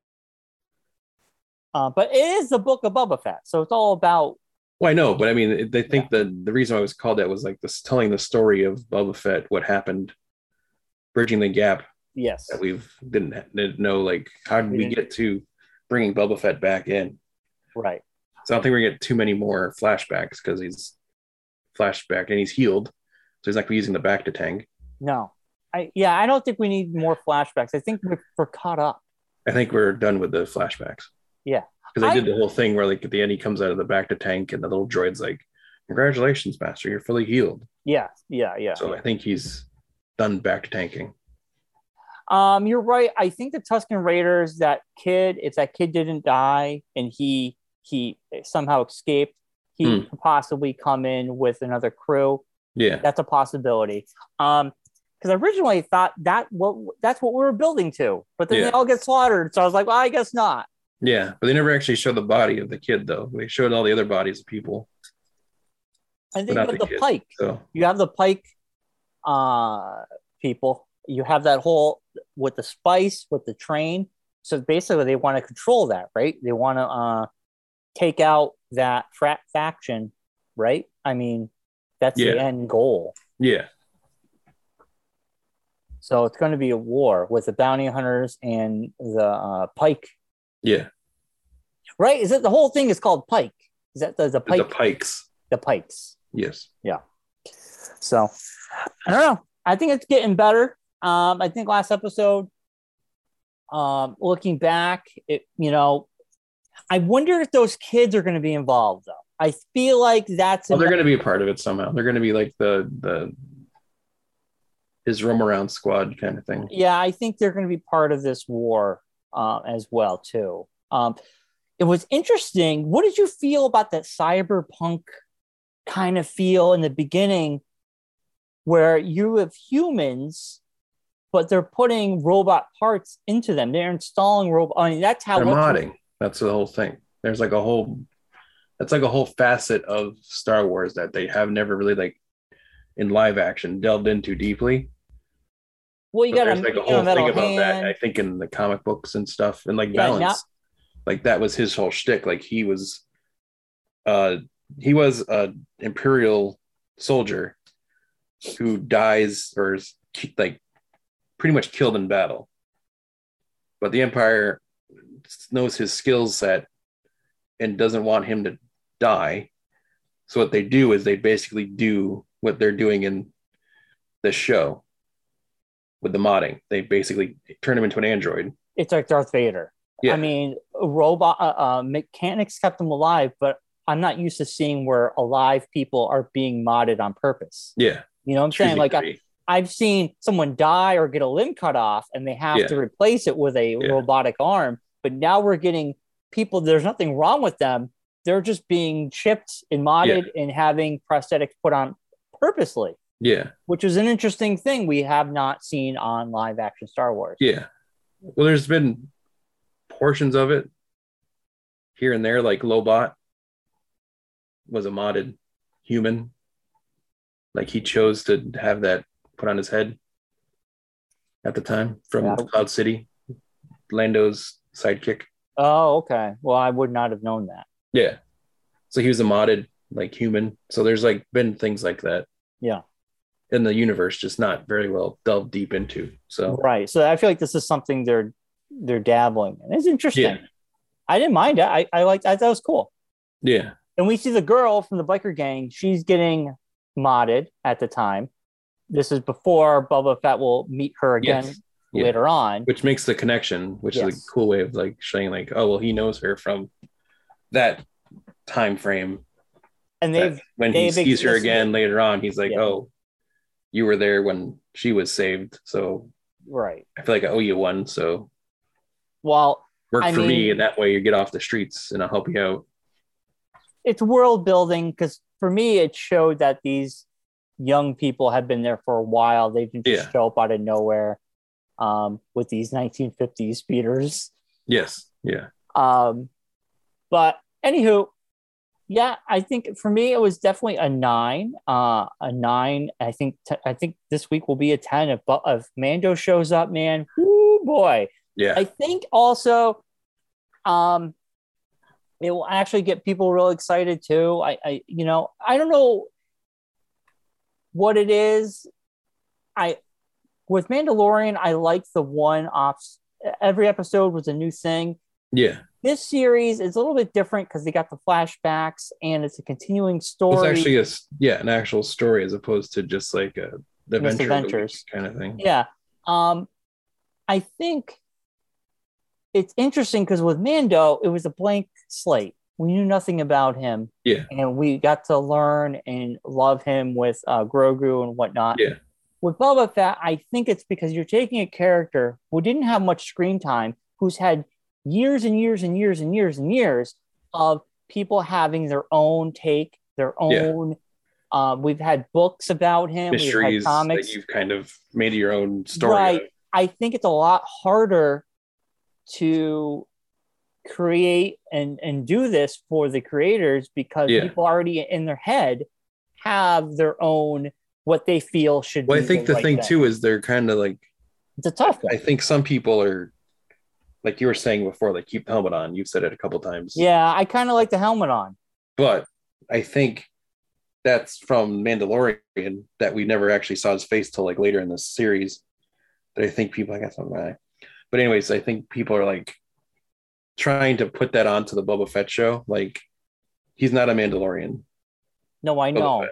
Speaker 2: Uh, but it is the book of Boba Fett, so it's all about
Speaker 1: Well, I know, but I mean, they think that the reason I was called that was like this telling the story of Boba Fett, what happened, bridging the gap
Speaker 2: Yes.
Speaker 1: that we've didn't, didn't know. Like, how did
Speaker 2: We
Speaker 1: we,
Speaker 2: didn't-
Speaker 1: get to bringing Boba Fett back in?
Speaker 2: Right.
Speaker 1: So I don't think we're gonna get too many more flashbacks because he's flashback and he's healed, so he's not gonna be using the back to tank.
Speaker 2: No. I yeah, I don't think we need more flashbacks. I think we're, we're caught up.
Speaker 1: I think we're done with the flashbacks.
Speaker 2: Yeah.
Speaker 1: Because
Speaker 2: I-
Speaker 1: I did the whole thing where like at the end he comes out of the back to tank and the little droid's like, Congratulations, Master, you're fully healed.
Speaker 2: Yeah. Yeah. Yeah.
Speaker 1: So I think he's done back to tanking.
Speaker 2: Um, you're right. I think the Tuscan Raiders, that kid, if that kid didn't die and he he somehow escaped, he
Speaker 1: Hmm.
Speaker 2: could possibly come in with another crew.
Speaker 1: Yeah.
Speaker 2: That's a possibility. Um, because originally I thought that what that's what we were building to, but then they
Speaker 1: Yeah.
Speaker 2: all get slaughtered. So I was like, well, I guess not.
Speaker 1: Yeah. But they never actually showed the body of the kid though. They showed all the other bodies of people.
Speaker 2: And then you
Speaker 1: Without
Speaker 2: have
Speaker 1: the
Speaker 2: the
Speaker 1: kid.
Speaker 2: Pike.
Speaker 1: So
Speaker 2: You have the Pike, uh, people. You have that whole with the spice with the train. So basically, they want to control that, right? They want to uh, take out that frat faction, right? I mean, that's the
Speaker 1: Yeah.
Speaker 2: end goal.
Speaker 1: yeah.
Speaker 2: So it's going to be a war with the bounty hunters and the uh, Pike,
Speaker 1: Yeah.
Speaker 2: right? Is it the whole thing is called Pike? Is that the, the Pike?
Speaker 1: The pikes.
Speaker 2: the Pikes.
Speaker 1: Yes.
Speaker 2: So I don't know. I think it's getting better. Um, I think last episode, um, looking back, it you know, I wonder if those kids are going to be involved though. I feel like that's
Speaker 1: Well, Oh, they're
Speaker 2: another-
Speaker 1: gonna be a part of it somehow. They're gonna be like the the his roam around squad kind of thing.
Speaker 2: yeah. I think they're going to be part of this war uh, as well too. Um, it was interesting. What did you feel about that cyberpunk kind of feel in the beginning, where you have humans, but they're putting robot parts into them? They're installing robot. I mean, that's how
Speaker 1: They're modding. That's the whole thing. There's like a whole that's like a whole facet of Star Wars that they have never really like in live action delved into deeply.
Speaker 2: Well, you
Speaker 1: But
Speaker 2: got a,
Speaker 1: there's like a
Speaker 2: you got
Speaker 1: whole
Speaker 2: a metal
Speaker 1: thing about that.
Speaker 2: hand.
Speaker 1: I think in the comic books and stuff, and like
Speaker 2: Yeah,
Speaker 1: balance,
Speaker 2: now-
Speaker 1: like that was his whole shtick. Like he was, uh, he was a imperial soldier who dies or is ki- like pretty much killed in battle. But the empire knows his skill set and doesn't want him to die. So what they do is they basically do what they're doing in the show with the modding. They basically turn him into an android.
Speaker 2: it's like Darth Vader.
Speaker 1: Yeah.
Speaker 2: I mean, robot uh, uh, mechanics kept them alive, but I'm not used to seeing where alive people are being modded on purpose.
Speaker 1: Yeah.
Speaker 2: You know what I'm saying? Like I,
Speaker 1: Tree.
Speaker 2: I've seen someone die or get a limb cut off, and they have
Speaker 1: Yeah.
Speaker 2: to replace it with a
Speaker 1: Yeah.
Speaker 2: robotic arm. But now we're getting people. There's nothing wrong with them. They're just being chipped and modded and having prosthetics put on purposely,
Speaker 1: yeah.
Speaker 2: which is an interesting thing we have not seen on live action Star Wars.
Speaker 1: Yeah. Well, there's been portions of it here and there, like Lobot was a modded human. Like he chose to have that put on his head at the time from
Speaker 2: Yeah.
Speaker 1: Cloud City, Lando's sidekick.
Speaker 2: Oh, okay. Well, I would not have known that.
Speaker 1: Yeah. So he was a modded like human. So there's like been things like that.
Speaker 2: Yeah.
Speaker 1: In the universe, just not very well delved deep into. So
Speaker 2: Right. So I feel like this is something they're they're dabbling in. It's interesting.
Speaker 1: Yeah.
Speaker 2: I didn't mind it. I, I liked I thought it was cool.
Speaker 1: yeah.
Speaker 2: And we see the girl from the biker gang, she's getting modded at the time. This is before Boba Fett will meet her again
Speaker 1: Yes. Yeah.
Speaker 2: later on.
Speaker 1: Which makes the connection, which is
Speaker 2: Yes.
Speaker 1: a cool way of like showing like, oh well he knows her from that time frame.
Speaker 2: And
Speaker 1: that
Speaker 2: they've
Speaker 1: when he
Speaker 2: they've
Speaker 1: sees her
Speaker 2: existed.
Speaker 1: again later on, he's like,
Speaker 2: Yeah.
Speaker 1: Oh, you were there when she was saved. So
Speaker 2: right.
Speaker 1: I feel like I owe you one. So
Speaker 2: Well,
Speaker 1: work
Speaker 2: I
Speaker 1: for me
Speaker 2: mean-
Speaker 1: and that way you get off the streets and I'll help you out.
Speaker 2: it's world building because for me it showed that these young people had been there for a while. They didn't just
Speaker 1: Yeah.
Speaker 2: show up out of nowhere um, with these 1950s speeders.
Speaker 1: Yes. Yeah.
Speaker 2: Um, but anywho, yeah, I think for me it was definitely a nine. Uh, a nine. I think t- I think this week will be a ten. If, Bu- if Mando shows up, man, whoo boy!
Speaker 1: Yeah.
Speaker 2: I think also, um, it will actually get people real excited too. I, I you know, I don't know what it is. I with Mandalorian, I like the one off. Every episode was a new thing.
Speaker 1: Yeah.
Speaker 2: This series is a little bit different because they got the flashbacks and it's a continuing story.
Speaker 1: It's actually a yeah, an actual story as opposed to just like a adventure
Speaker 2: adventures.
Speaker 1: kind of thing.
Speaker 2: Yeah. Um, I think it's interesting because with Mando, it was a blank slate. We knew nothing about him.
Speaker 1: Yeah.
Speaker 2: And we got to learn and love him with uh, Grogu and whatnot.
Speaker 1: Yeah.
Speaker 2: With Boba Fett, I think it's because you're taking a character who didn't have much screen time, who's had years and years and years and years and years of people having their own take, their
Speaker 1: Yeah.
Speaker 2: own. Uh, we've had books about him, we've had
Speaker 1: Mysteries that
Speaker 2: comics.
Speaker 1: you've kind of made your own story. out
Speaker 2: Right.
Speaker 1: of.
Speaker 2: I think it's a lot harder to create and and do this for the creators because
Speaker 1: Yeah.
Speaker 2: people already in their head have their own what they feel should
Speaker 1: Well,
Speaker 2: be
Speaker 1: I think the
Speaker 2: right
Speaker 1: thing
Speaker 2: thing.
Speaker 1: too is they're kind of like
Speaker 2: it's a tough
Speaker 1: I
Speaker 2: one
Speaker 1: think some people are like you were saying before, like keep the helmet on. You've said it a couple times.
Speaker 2: yeah i kind of like the helmet on
Speaker 1: But I think that's from Mandalorian that we never actually saw his face till like later in this series. That I think people I got something. in my eye. But anyways, I think people are like trying to put that onto the Boba Fett show. Like he's not a Mandalorian.
Speaker 2: no i
Speaker 1: Boba
Speaker 2: know
Speaker 1: Fett.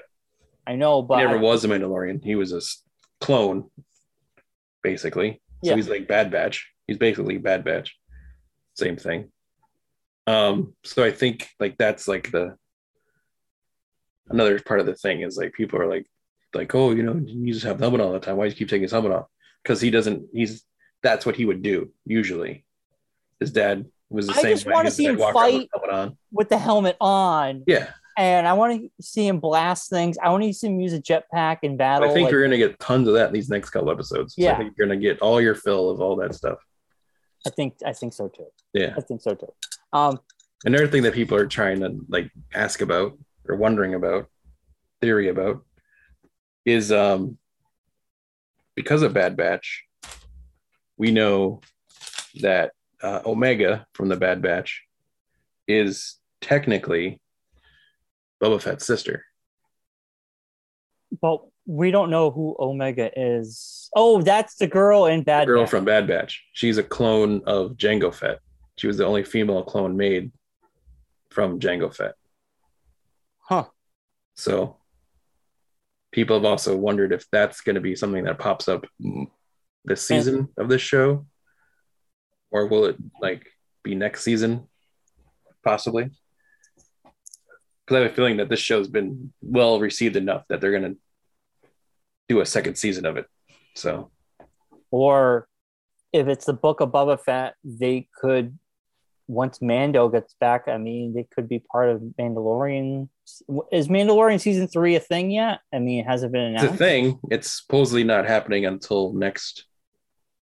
Speaker 2: i know but
Speaker 1: he Oh, never
Speaker 2: I-
Speaker 1: was a Mandalorian. He was a s- clone, basically. So
Speaker 2: Yeah.
Speaker 1: he's like Bad Batch. He's basically Bad Batch. Same thing. Um, so I think like that's like the another part of the thing is like people are like like, oh, you know, you just have the helmet on all the time. Why do you keep taking his helmet off? Because he doesn't he's that's what he would do usually. His dad was the
Speaker 2: I
Speaker 1: same
Speaker 2: just
Speaker 1: way.
Speaker 2: wanna
Speaker 1: His
Speaker 2: see
Speaker 1: dad
Speaker 2: him
Speaker 1: walked around with
Speaker 2: fight.
Speaker 1: the helmet on.
Speaker 2: with the helmet on
Speaker 1: Yeah.
Speaker 2: and i want to see him blast things i want to see him use a jetpack in battle
Speaker 1: I think
Speaker 2: like-
Speaker 1: you're going to get tons of that in these next couple episodes. So I
Speaker 2: Yeah.
Speaker 1: think you're going to get all your fill of all that stuff.
Speaker 2: i think i think so too
Speaker 1: Yeah.
Speaker 2: i think so too um
Speaker 1: Another thing that people are trying to like ask about or wondering about, theory about, is um because of Bad Batch, we know that uh, Omega from the Bad Batch is technically Boba Fett's sister.
Speaker 2: but we don't know who omega is oh that's the girl in
Speaker 1: The
Speaker 2: bad
Speaker 1: girl
Speaker 2: Batch.
Speaker 1: from Bad Batch. She's a clone of Jango Fett. She was the only female clone made from Jango Fett.
Speaker 2: huh
Speaker 1: So people have also wondered if that's going to be something that pops up this season of this show, or will it like be next season, possibly? Because I have a feeling that this show's been well received enough that they're going to do a second season of it. So
Speaker 2: or if it's the book of Boba Fett, they could once Mando gets back. I mean, they could be part of Mandalorian. Is Mandalorian season three a thing yet? I mean, it hasn't been
Speaker 1: it's a
Speaker 2: announced.
Speaker 1: thing. It's supposedly not happening until next,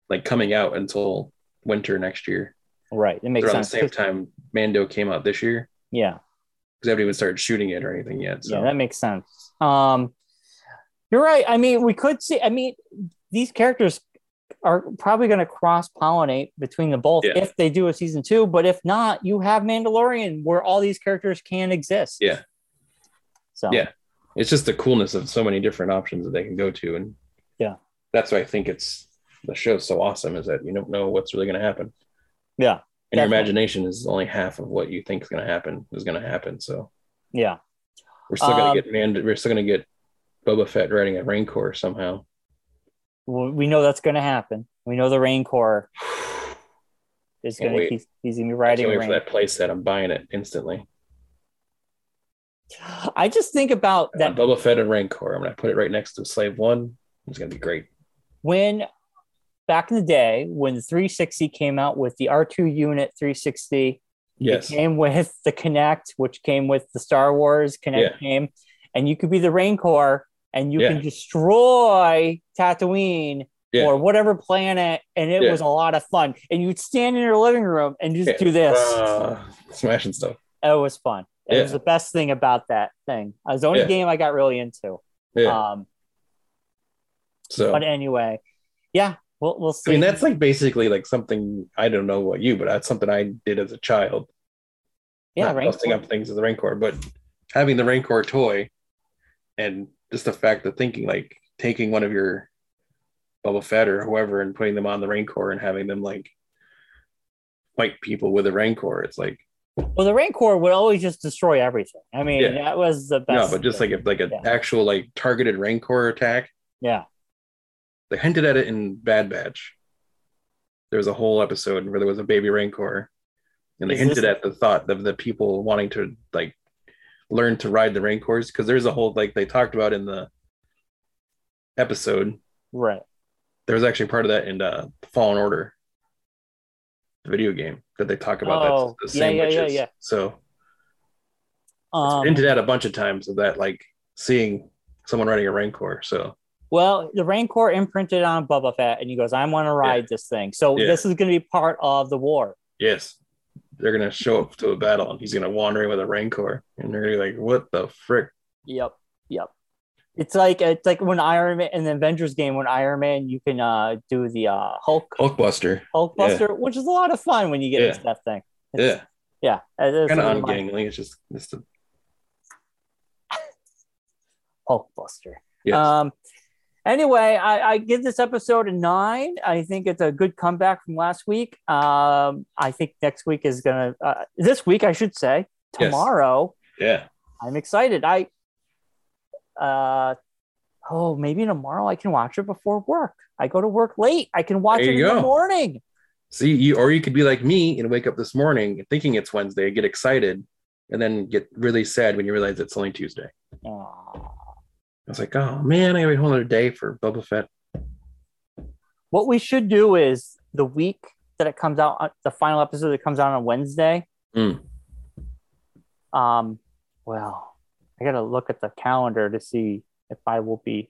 Speaker 1: like coming out until winter next year.
Speaker 2: Right, it makes
Speaker 1: Around the
Speaker 2: sense.
Speaker 1: same time Mando came out this year.
Speaker 2: Yeah,
Speaker 1: because they haven't even started shooting it or anything yet. So
Speaker 2: yeah, that makes sense. Um, you're right. I mean, we could see. I mean, these characters are probably going to cross pollinate between the both
Speaker 1: Yeah.
Speaker 2: if they do a season two. But if not, you have Mandalorian, where all these characters can exist.
Speaker 1: Yeah.
Speaker 2: So
Speaker 1: Yeah. it's just the coolness of so many different options that they can go to, and
Speaker 2: Yeah.
Speaker 1: that's why I think it's the show's so awesome is that you don't know what's really going to happen.
Speaker 2: Yeah,
Speaker 1: and your
Speaker 2: definitely.
Speaker 1: imagination is only half of what you think is going to happen is going to happen. So
Speaker 2: yeah.
Speaker 1: we're still going
Speaker 2: Um,
Speaker 1: to get Mand- we're still going to get Boba Fett riding a Rancor somehow.
Speaker 2: Well, we know that's going to happen. We know the Rain Corps is
Speaker 1: Can't
Speaker 2: going to
Speaker 1: wait.
Speaker 2: he's, he's going to
Speaker 1: I
Speaker 2: be riding
Speaker 1: can't wait for
Speaker 2: rain.
Speaker 1: that playset. I'm buying it instantly.
Speaker 2: I just think about
Speaker 1: I want
Speaker 2: that
Speaker 1: Uh, Boba Fett and Rancor. I'm going to put it right next to Slave One. It's going to be great.
Speaker 2: when back in the day when the 360 came out with the R2 unit 360,
Speaker 1: Yes,
Speaker 2: it came with the Connect, which came with the Star Wars Connect game, and you could be the Rain Corps and you
Speaker 1: Yeah.
Speaker 2: can destroy Tatooine.
Speaker 1: Yeah.
Speaker 2: Or whatever planet, and it
Speaker 1: Yeah.
Speaker 2: was a lot of fun. And you'd stand in your living room and just
Speaker 1: Yeah.
Speaker 2: do this.
Speaker 1: Uh, smashing stuff.
Speaker 2: It was fun. It was
Speaker 1: Yeah.
Speaker 2: the best thing about that thing. It was the only
Speaker 1: Yeah.
Speaker 2: game I got really into.
Speaker 1: Yeah.
Speaker 2: Um,
Speaker 1: so
Speaker 2: But anyway, yeah, we'll, we'll
Speaker 1: I
Speaker 2: see.
Speaker 1: mean, that's like basically like something I don't know about you, but that's something I did as a child.
Speaker 2: Yeah,
Speaker 1: not
Speaker 2: right.
Speaker 1: busting up things with the Rancor, but having the Rancor toy and just the fact of thinking like taking one of your Bubba Fett or whoever and putting them on the Rancor and having them like fight people with a Rancor. It's like
Speaker 2: Well, the Rancor would always just destroy everything. I mean,
Speaker 1: Yeah.
Speaker 2: that was the best.
Speaker 1: no, but just
Speaker 2: thing.
Speaker 1: like if like an
Speaker 2: Yeah.
Speaker 1: actual like targeted Rancor attack.
Speaker 2: yeah,
Speaker 1: They hinted at it in Bad Batch. There was a whole episode where there was a baby Rancor, and they
Speaker 2: Is
Speaker 1: hinted
Speaker 2: this-
Speaker 1: at the thought of the people wanting to like learn to ride the Rancors because there's a whole like they talked about in the episode.
Speaker 2: right.
Speaker 1: There was actually part of that in uh, Fallen Order, the video game that they talk about.
Speaker 2: Oh,
Speaker 1: that's the
Speaker 2: yeah, yeah, yeah,
Speaker 1: sandwiches.
Speaker 2: yeah.
Speaker 1: So
Speaker 2: Um,
Speaker 1: hinted at a bunch of times of that, like seeing someone riding a Rancor. So
Speaker 2: Well, the Rancor imprinted on Bubba Fett, and he goes, "I want to ride this thing." So
Speaker 1: Yeah.
Speaker 2: this is going to be part of the war.
Speaker 1: Yes. They're gonna show up to a battle and he's gonna wander in with a rancor and they're gonna be like, What the frick?
Speaker 2: Yep, yep. It's like it's like when Iron Man in the Avengers game when Iron Man you can uh, do the uh, Hulk
Speaker 1: Hulkbuster.
Speaker 2: Hulkbuster, which is a lot of fun when you get
Speaker 1: Oh, Yeah.
Speaker 2: into that thing.
Speaker 1: Yeah.
Speaker 2: It's- yeah. it is
Speaker 1: Kind of
Speaker 2: one of my
Speaker 1: ungangly. It's just it's the
Speaker 2: Hulkbuster.
Speaker 1: Yes.
Speaker 2: Um, anyway, I, I give this episode a nine. I think it's a good comeback from last week. Um, I think next week is gonna uh, this week I should say
Speaker 1: Yes.
Speaker 2: tomorrow.
Speaker 1: yeah.
Speaker 2: I'm excited. I uh oh, maybe tomorrow I can watch it before work. I go to work late. I can watch
Speaker 1: There
Speaker 2: it in
Speaker 1: you
Speaker 2: the
Speaker 1: go.
Speaker 2: morning.
Speaker 1: See you or you could be like me and wake up this morning thinking it's Wednesday, get excited, and then get really sad when you realize it's only Tuesday. I
Speaker 2: Aw.
Speaker 1: was like, Oh man, I gotta wait a whole other day for Boba Fett.
Speaker 2: What we should do is the week that it comes out, uh, the final episode that comes out on Wednesday.
Speaker 1: Mm.
Speaker 2: Um, well, I gotta look at the calendar to see if I will be.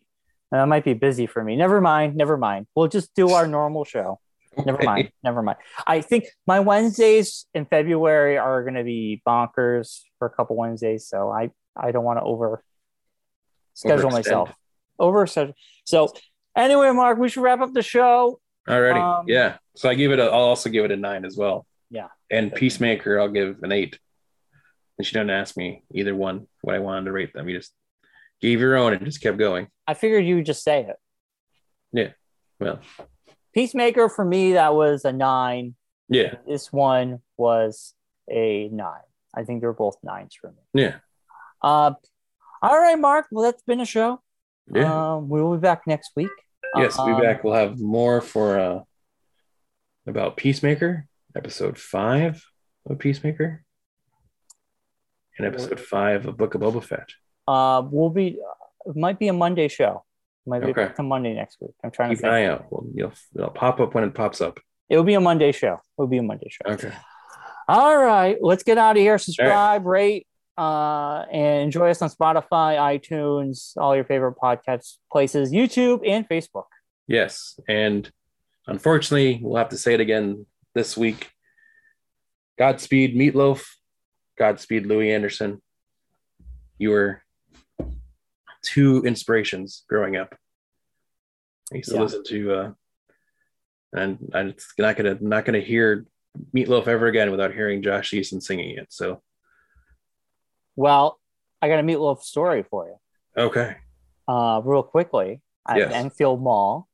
Speaker 2: That might be busy for me. Never mind. Never mind. We'll just do our normal show. Never mind. Never mind. I think my Wednesdays in February are going to be bonkers for a couple Wednesdays, so I I don't want to over schedule
Speaker 1: Overextend.
Speaker 2: myself. Over So anyway, Mark, we should wrap up the show.
Speaker 1: Alrighty.
Speaker 2: Um,
Speaker 1: yeah. So I give it a I'll also give it a nine as well.
Speaker 2: Yeah.
Speaker 1: And Peacemaker, I'll give an eight. And she didn't ask me either one what I wanted to rate them. You just gave your own and just kept going.
Speaker 2: I figured you would just say it.
Speaker 1: Well,
Speaker 2: Peacemaker for me that was a nine.
Speaker 1: yeah,
Speaker 2: This one was a nine. I think they're both nines for me.
Speaker 1: yeah,
Speaker 2: Uh, all right, Mark. Well, that's been a show.
Speaker 1: yeah.
Speaker 2: Um, we'll be back next week.
Speaker 1: yes, we'll
Speaker 2: Um,
Speaker 1: be back. We'll have more for uh about Peacemaker, episode five of Peacemaker, and episode five of Book of Boba Fett.
Speaker 2: Uh, we'll be it might be a Monday show. Might be
Speaker 1: Okay.
Speaker 2: back to Monday next week. I'm trying to
Speaker 1: Keep an
Speaker 2: think.
Speaker 1: eye out. Well, you'll it'll pop up when it pops up.
Speaker 2: It'll be a Monday show. It'll be a Monday show.
Speaker 1: Okay.
Speaker 2: All right, let's get out of here. Subscribe, rate, uh, and enjoy us on Spotify, iTunes, all your favorite podcast places, YouTube, and Facebook.
Speaker 1: Yes. And unfortunately, we'll have to say it again this week. Godspeed, Meatloaf. Godspeed, Louis Anderson. You were two inspirations growing up. I used to
Speaker 2: Yeah.
Speaker 1: listen to, uh, and I'm just not gonna not gonna hear Meatloaf ever again without hearing Josh Eason singing it. So
Speaker 2: Well, I got a meatloaf story for you,
Speaker 1: okay,
Speaker 2: uh, real quickly. At
Speaker 1: Yes.
Speaker 2: Enfield Mall,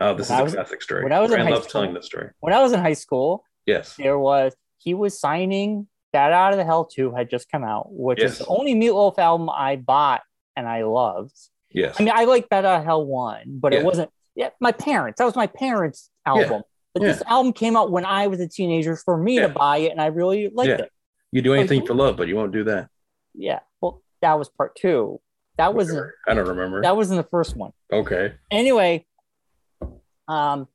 Speaker 1: oh, this
Speaker 2: When
Speaker 1: is
Speaker 2: I
Speaker 1: a
Speaker 2: was-
Speaker 1: classic story.
Speaker 2: when I was in high
Speaker 1: love
Speaker 2: school-
Speaker 1: telling this story.
Speaker 2: when I was in high school,
Speaker 1: Yes,
Speaker 2: there was he was signing that out of the hell 2 had just come out which
Speaker 1: Yes.
Speaker 2: is the only meatloaf album i bought and i loved
Speaker 1: yes,
Speaker 2: i mean i like that out of hell 1 but it
Speaker 1: Yeah.
Speaker 2: wasn't yeah my parents that was my parents album but this album came out when i was a teenager for me
Speaker 1: Yeah.
Speaker 2: to buy it and i really liked
Speaker 1: Yeah.
Speaker 2: it
Speaker 1: you do anything
Speaker 2: you-
Speaker 1: for love, but you won't do that.
Speaker 2: yeah well that was part two that wasn't
Speaker 1: Whatever. I don't remember.
Speaker 2: that wasn't the first one
Speaker 1: Okay.
Speaker 2: anyway, um,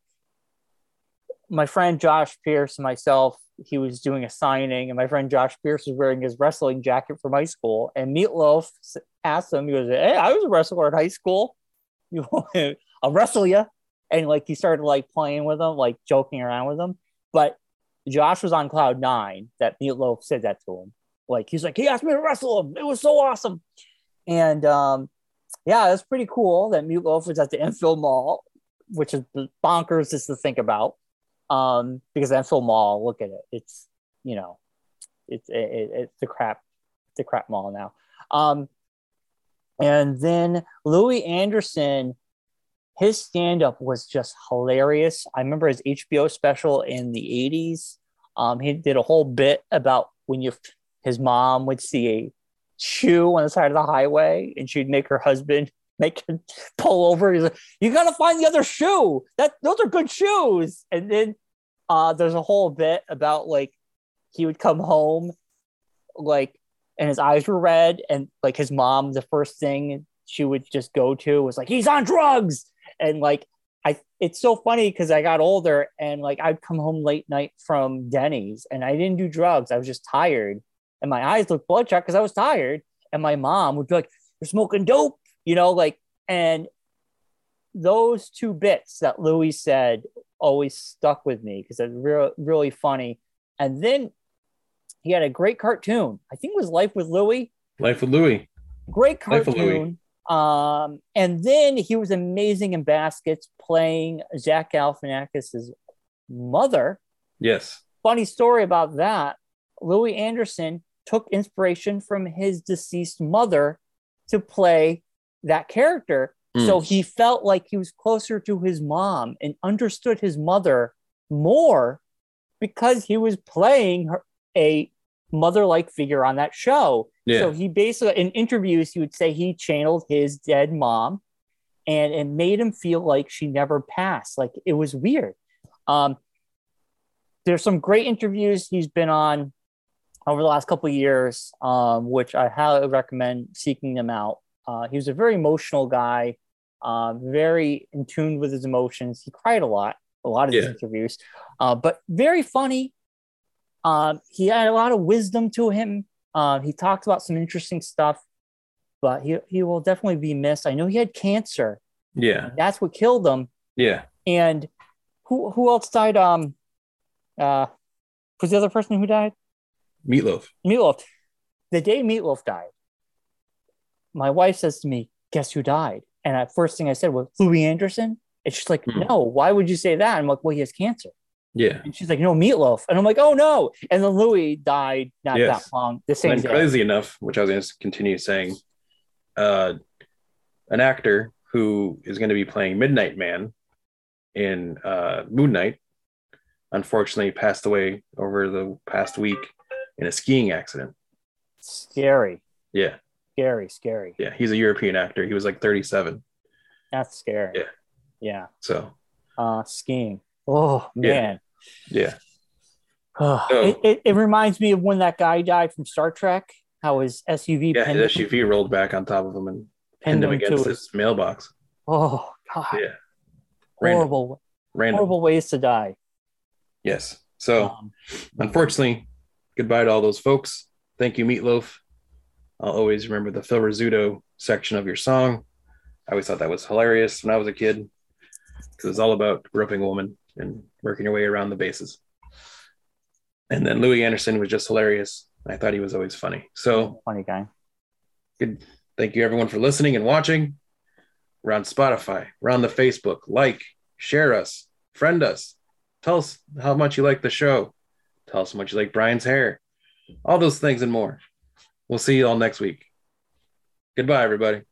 Speaker 2: my friend Josh Pierce and myself, he was doing a signing, and my friend Josh Pierce was wearing his wrestling jacket from high school. And Meatloaf s- asked him, he goes, "Hey, I was a wrestler at high school. You, want- I'll wrestle you." And like he started like playing with him, like joking around with him. But Josh was on cloud nine that Meatloaf said that to him. Like he's like, he asked me to wrestle him. It was so awesome. And um, yeah, that's pretty cool that Meatloaf was at the Enfield Mall, which is bonkers just to think about. Um, because Enfield Mall, look at it. It's, you know, it's it, it, it's a crap it's a crap mall now. Um, and then Louis Anderson, his stand up was just hilarious. I remember his HBO special in the 80s. Um, he did a whole bit about when you his mom would see a shoe on the side of the highway and she'd make her husband make him pull over. He's like, You gotta find the other shoe. That those are good shoes. And then uh, there's a whole bit about like he would come home like and his eyes were red and like his mom the first thing she would just go to was like he's on drugs and like i it's so funny because i got older and like i'd come home late night from denny's and i didn't do drugs i was just tired and my eyes looked bloodshot because i was tired and my mom would be like you're smoking dope you know like and those two bits that louis said always stuck with me because it's real really funny and then he had a great cartoon. I think it was Life with Louie.
Speaker 1: Life with Louie.
Speaker 2: Great
Speaker 1: Life of Louie.
Speaker 2: cartoon. Um, and then he was amazing in baskets playing Zach Galifianakis' mother.
Speaker 1: Yes.
Speaker 2: Funny story about that. Louis Anderson took inspiration from his deceased mother to play that character.
Speaker 1: Hmm.
Speaker 2: So he felt like he was closer to his mom and understood his mother more because he was playing her, a mother like figure on that show.
Speaker 1: Yeah.
Speaker 2: So he basically, in interviews, he would say he channeled his dead mom and it made him feel like she never passed. Like it was weird. Um, there's some great interviews he's been on over the last couple of years, um, which I highly recommend seeking them out. Uh, he was a very emotional guy, uh, very in tune with his emotions. He cried a lot, a lot of his
Speaker 1: Yeah.
Speaker 2: interviews, uh, but very funny. Um, he had a lot of wisdom to him. Uh, he talked about some interesting stuff, but he, he will definitely be missed. I know he had cancer.
Speaker 1: yeah.
Speaker 2: That's what killed him.
Speaker 1: Yeah.
Speaker 2: And who who else died? Um, uh, was the other person who died?
Speaker 1: Meatloaf.
Speaker 2: Meatloaf. The day Meatloaf died, my wife says to me, "Guess who died?" And the first thing I said was Louis Anderson. And she's like,
Speaker 1: Hmm.
Speaker 2: "No, why would you say that?" I'm like, "Well, he has cancer."
Speaker 1: Yeah.
Speaker 2: And she's like, "No, Meatloaf." And I'm like, "Oh no!" And then Louis died not
Speaker 1: Yes.
Speaker 2: that long. The same
Speaker 1: And then
Speaker 2: day.
Speaker 1: crazy enough, which I was going to continue saying, uh, an actor who is going to be playing Midnight Man in uh, Moon Knight, unfortunately passed away over the past week in a skiing accident.
Speaker 2: Scary,
Speaker 1: Yeah,
Speaker 2: scary, scary.
Speaker 1: yeah, he's a European actor. He was like 37.
Speaker 2: That's scary.
Speaker 1: Yeah.
Speaker 2: Yeah.
Speaker 1: So
Speaker 2: Uh, skiing. Oh
Speaker 1: Yeah.
Speaker 2: man.
Speaker 1: yeah,
Speaker 2: it, it, it reminds me of when that guy died from Star Trek. How his SUV
Speaker 1: yeah,
Speaker 2: pinned,
Speaker 1: his SUV rolled back on top of him and
Speaker 2: pinned
Speaker 1: pinned him
Speaker 2: him to
Speaker 1: against
Speaker 2: his.
Speaker 1: his mailbox.
Speaker 2: Oh God!
Speaker 1: Yeah, Random.
Speaker 2: horrible,
Speaker 1: Random. Oh.
Speaker 2: horrible ways to die.
Speaker 1: Yes. So.
Speaker 2: Um,
Speaker 1: unfortunately, goodbye to all those folks. Thank you, Meatloaf. I'll always remember the Phil Rizzuto section of your song. I always thought that was hilarious when I was a kid because it's all about groping a woman and working your way around the bases. And then Louis Anderson was just hilarious. I thought he was always funny. So
Speaker 2: funny guy.
Speaker 1: thank you everyone for listening and watching. We're on Spotify. We're on the Facebook. Like, share us, friend us. Tell us how much you like the show. Tell us how much you like Brian's hair. All those things and more. We'll see you all next week. Goodbye, everybody.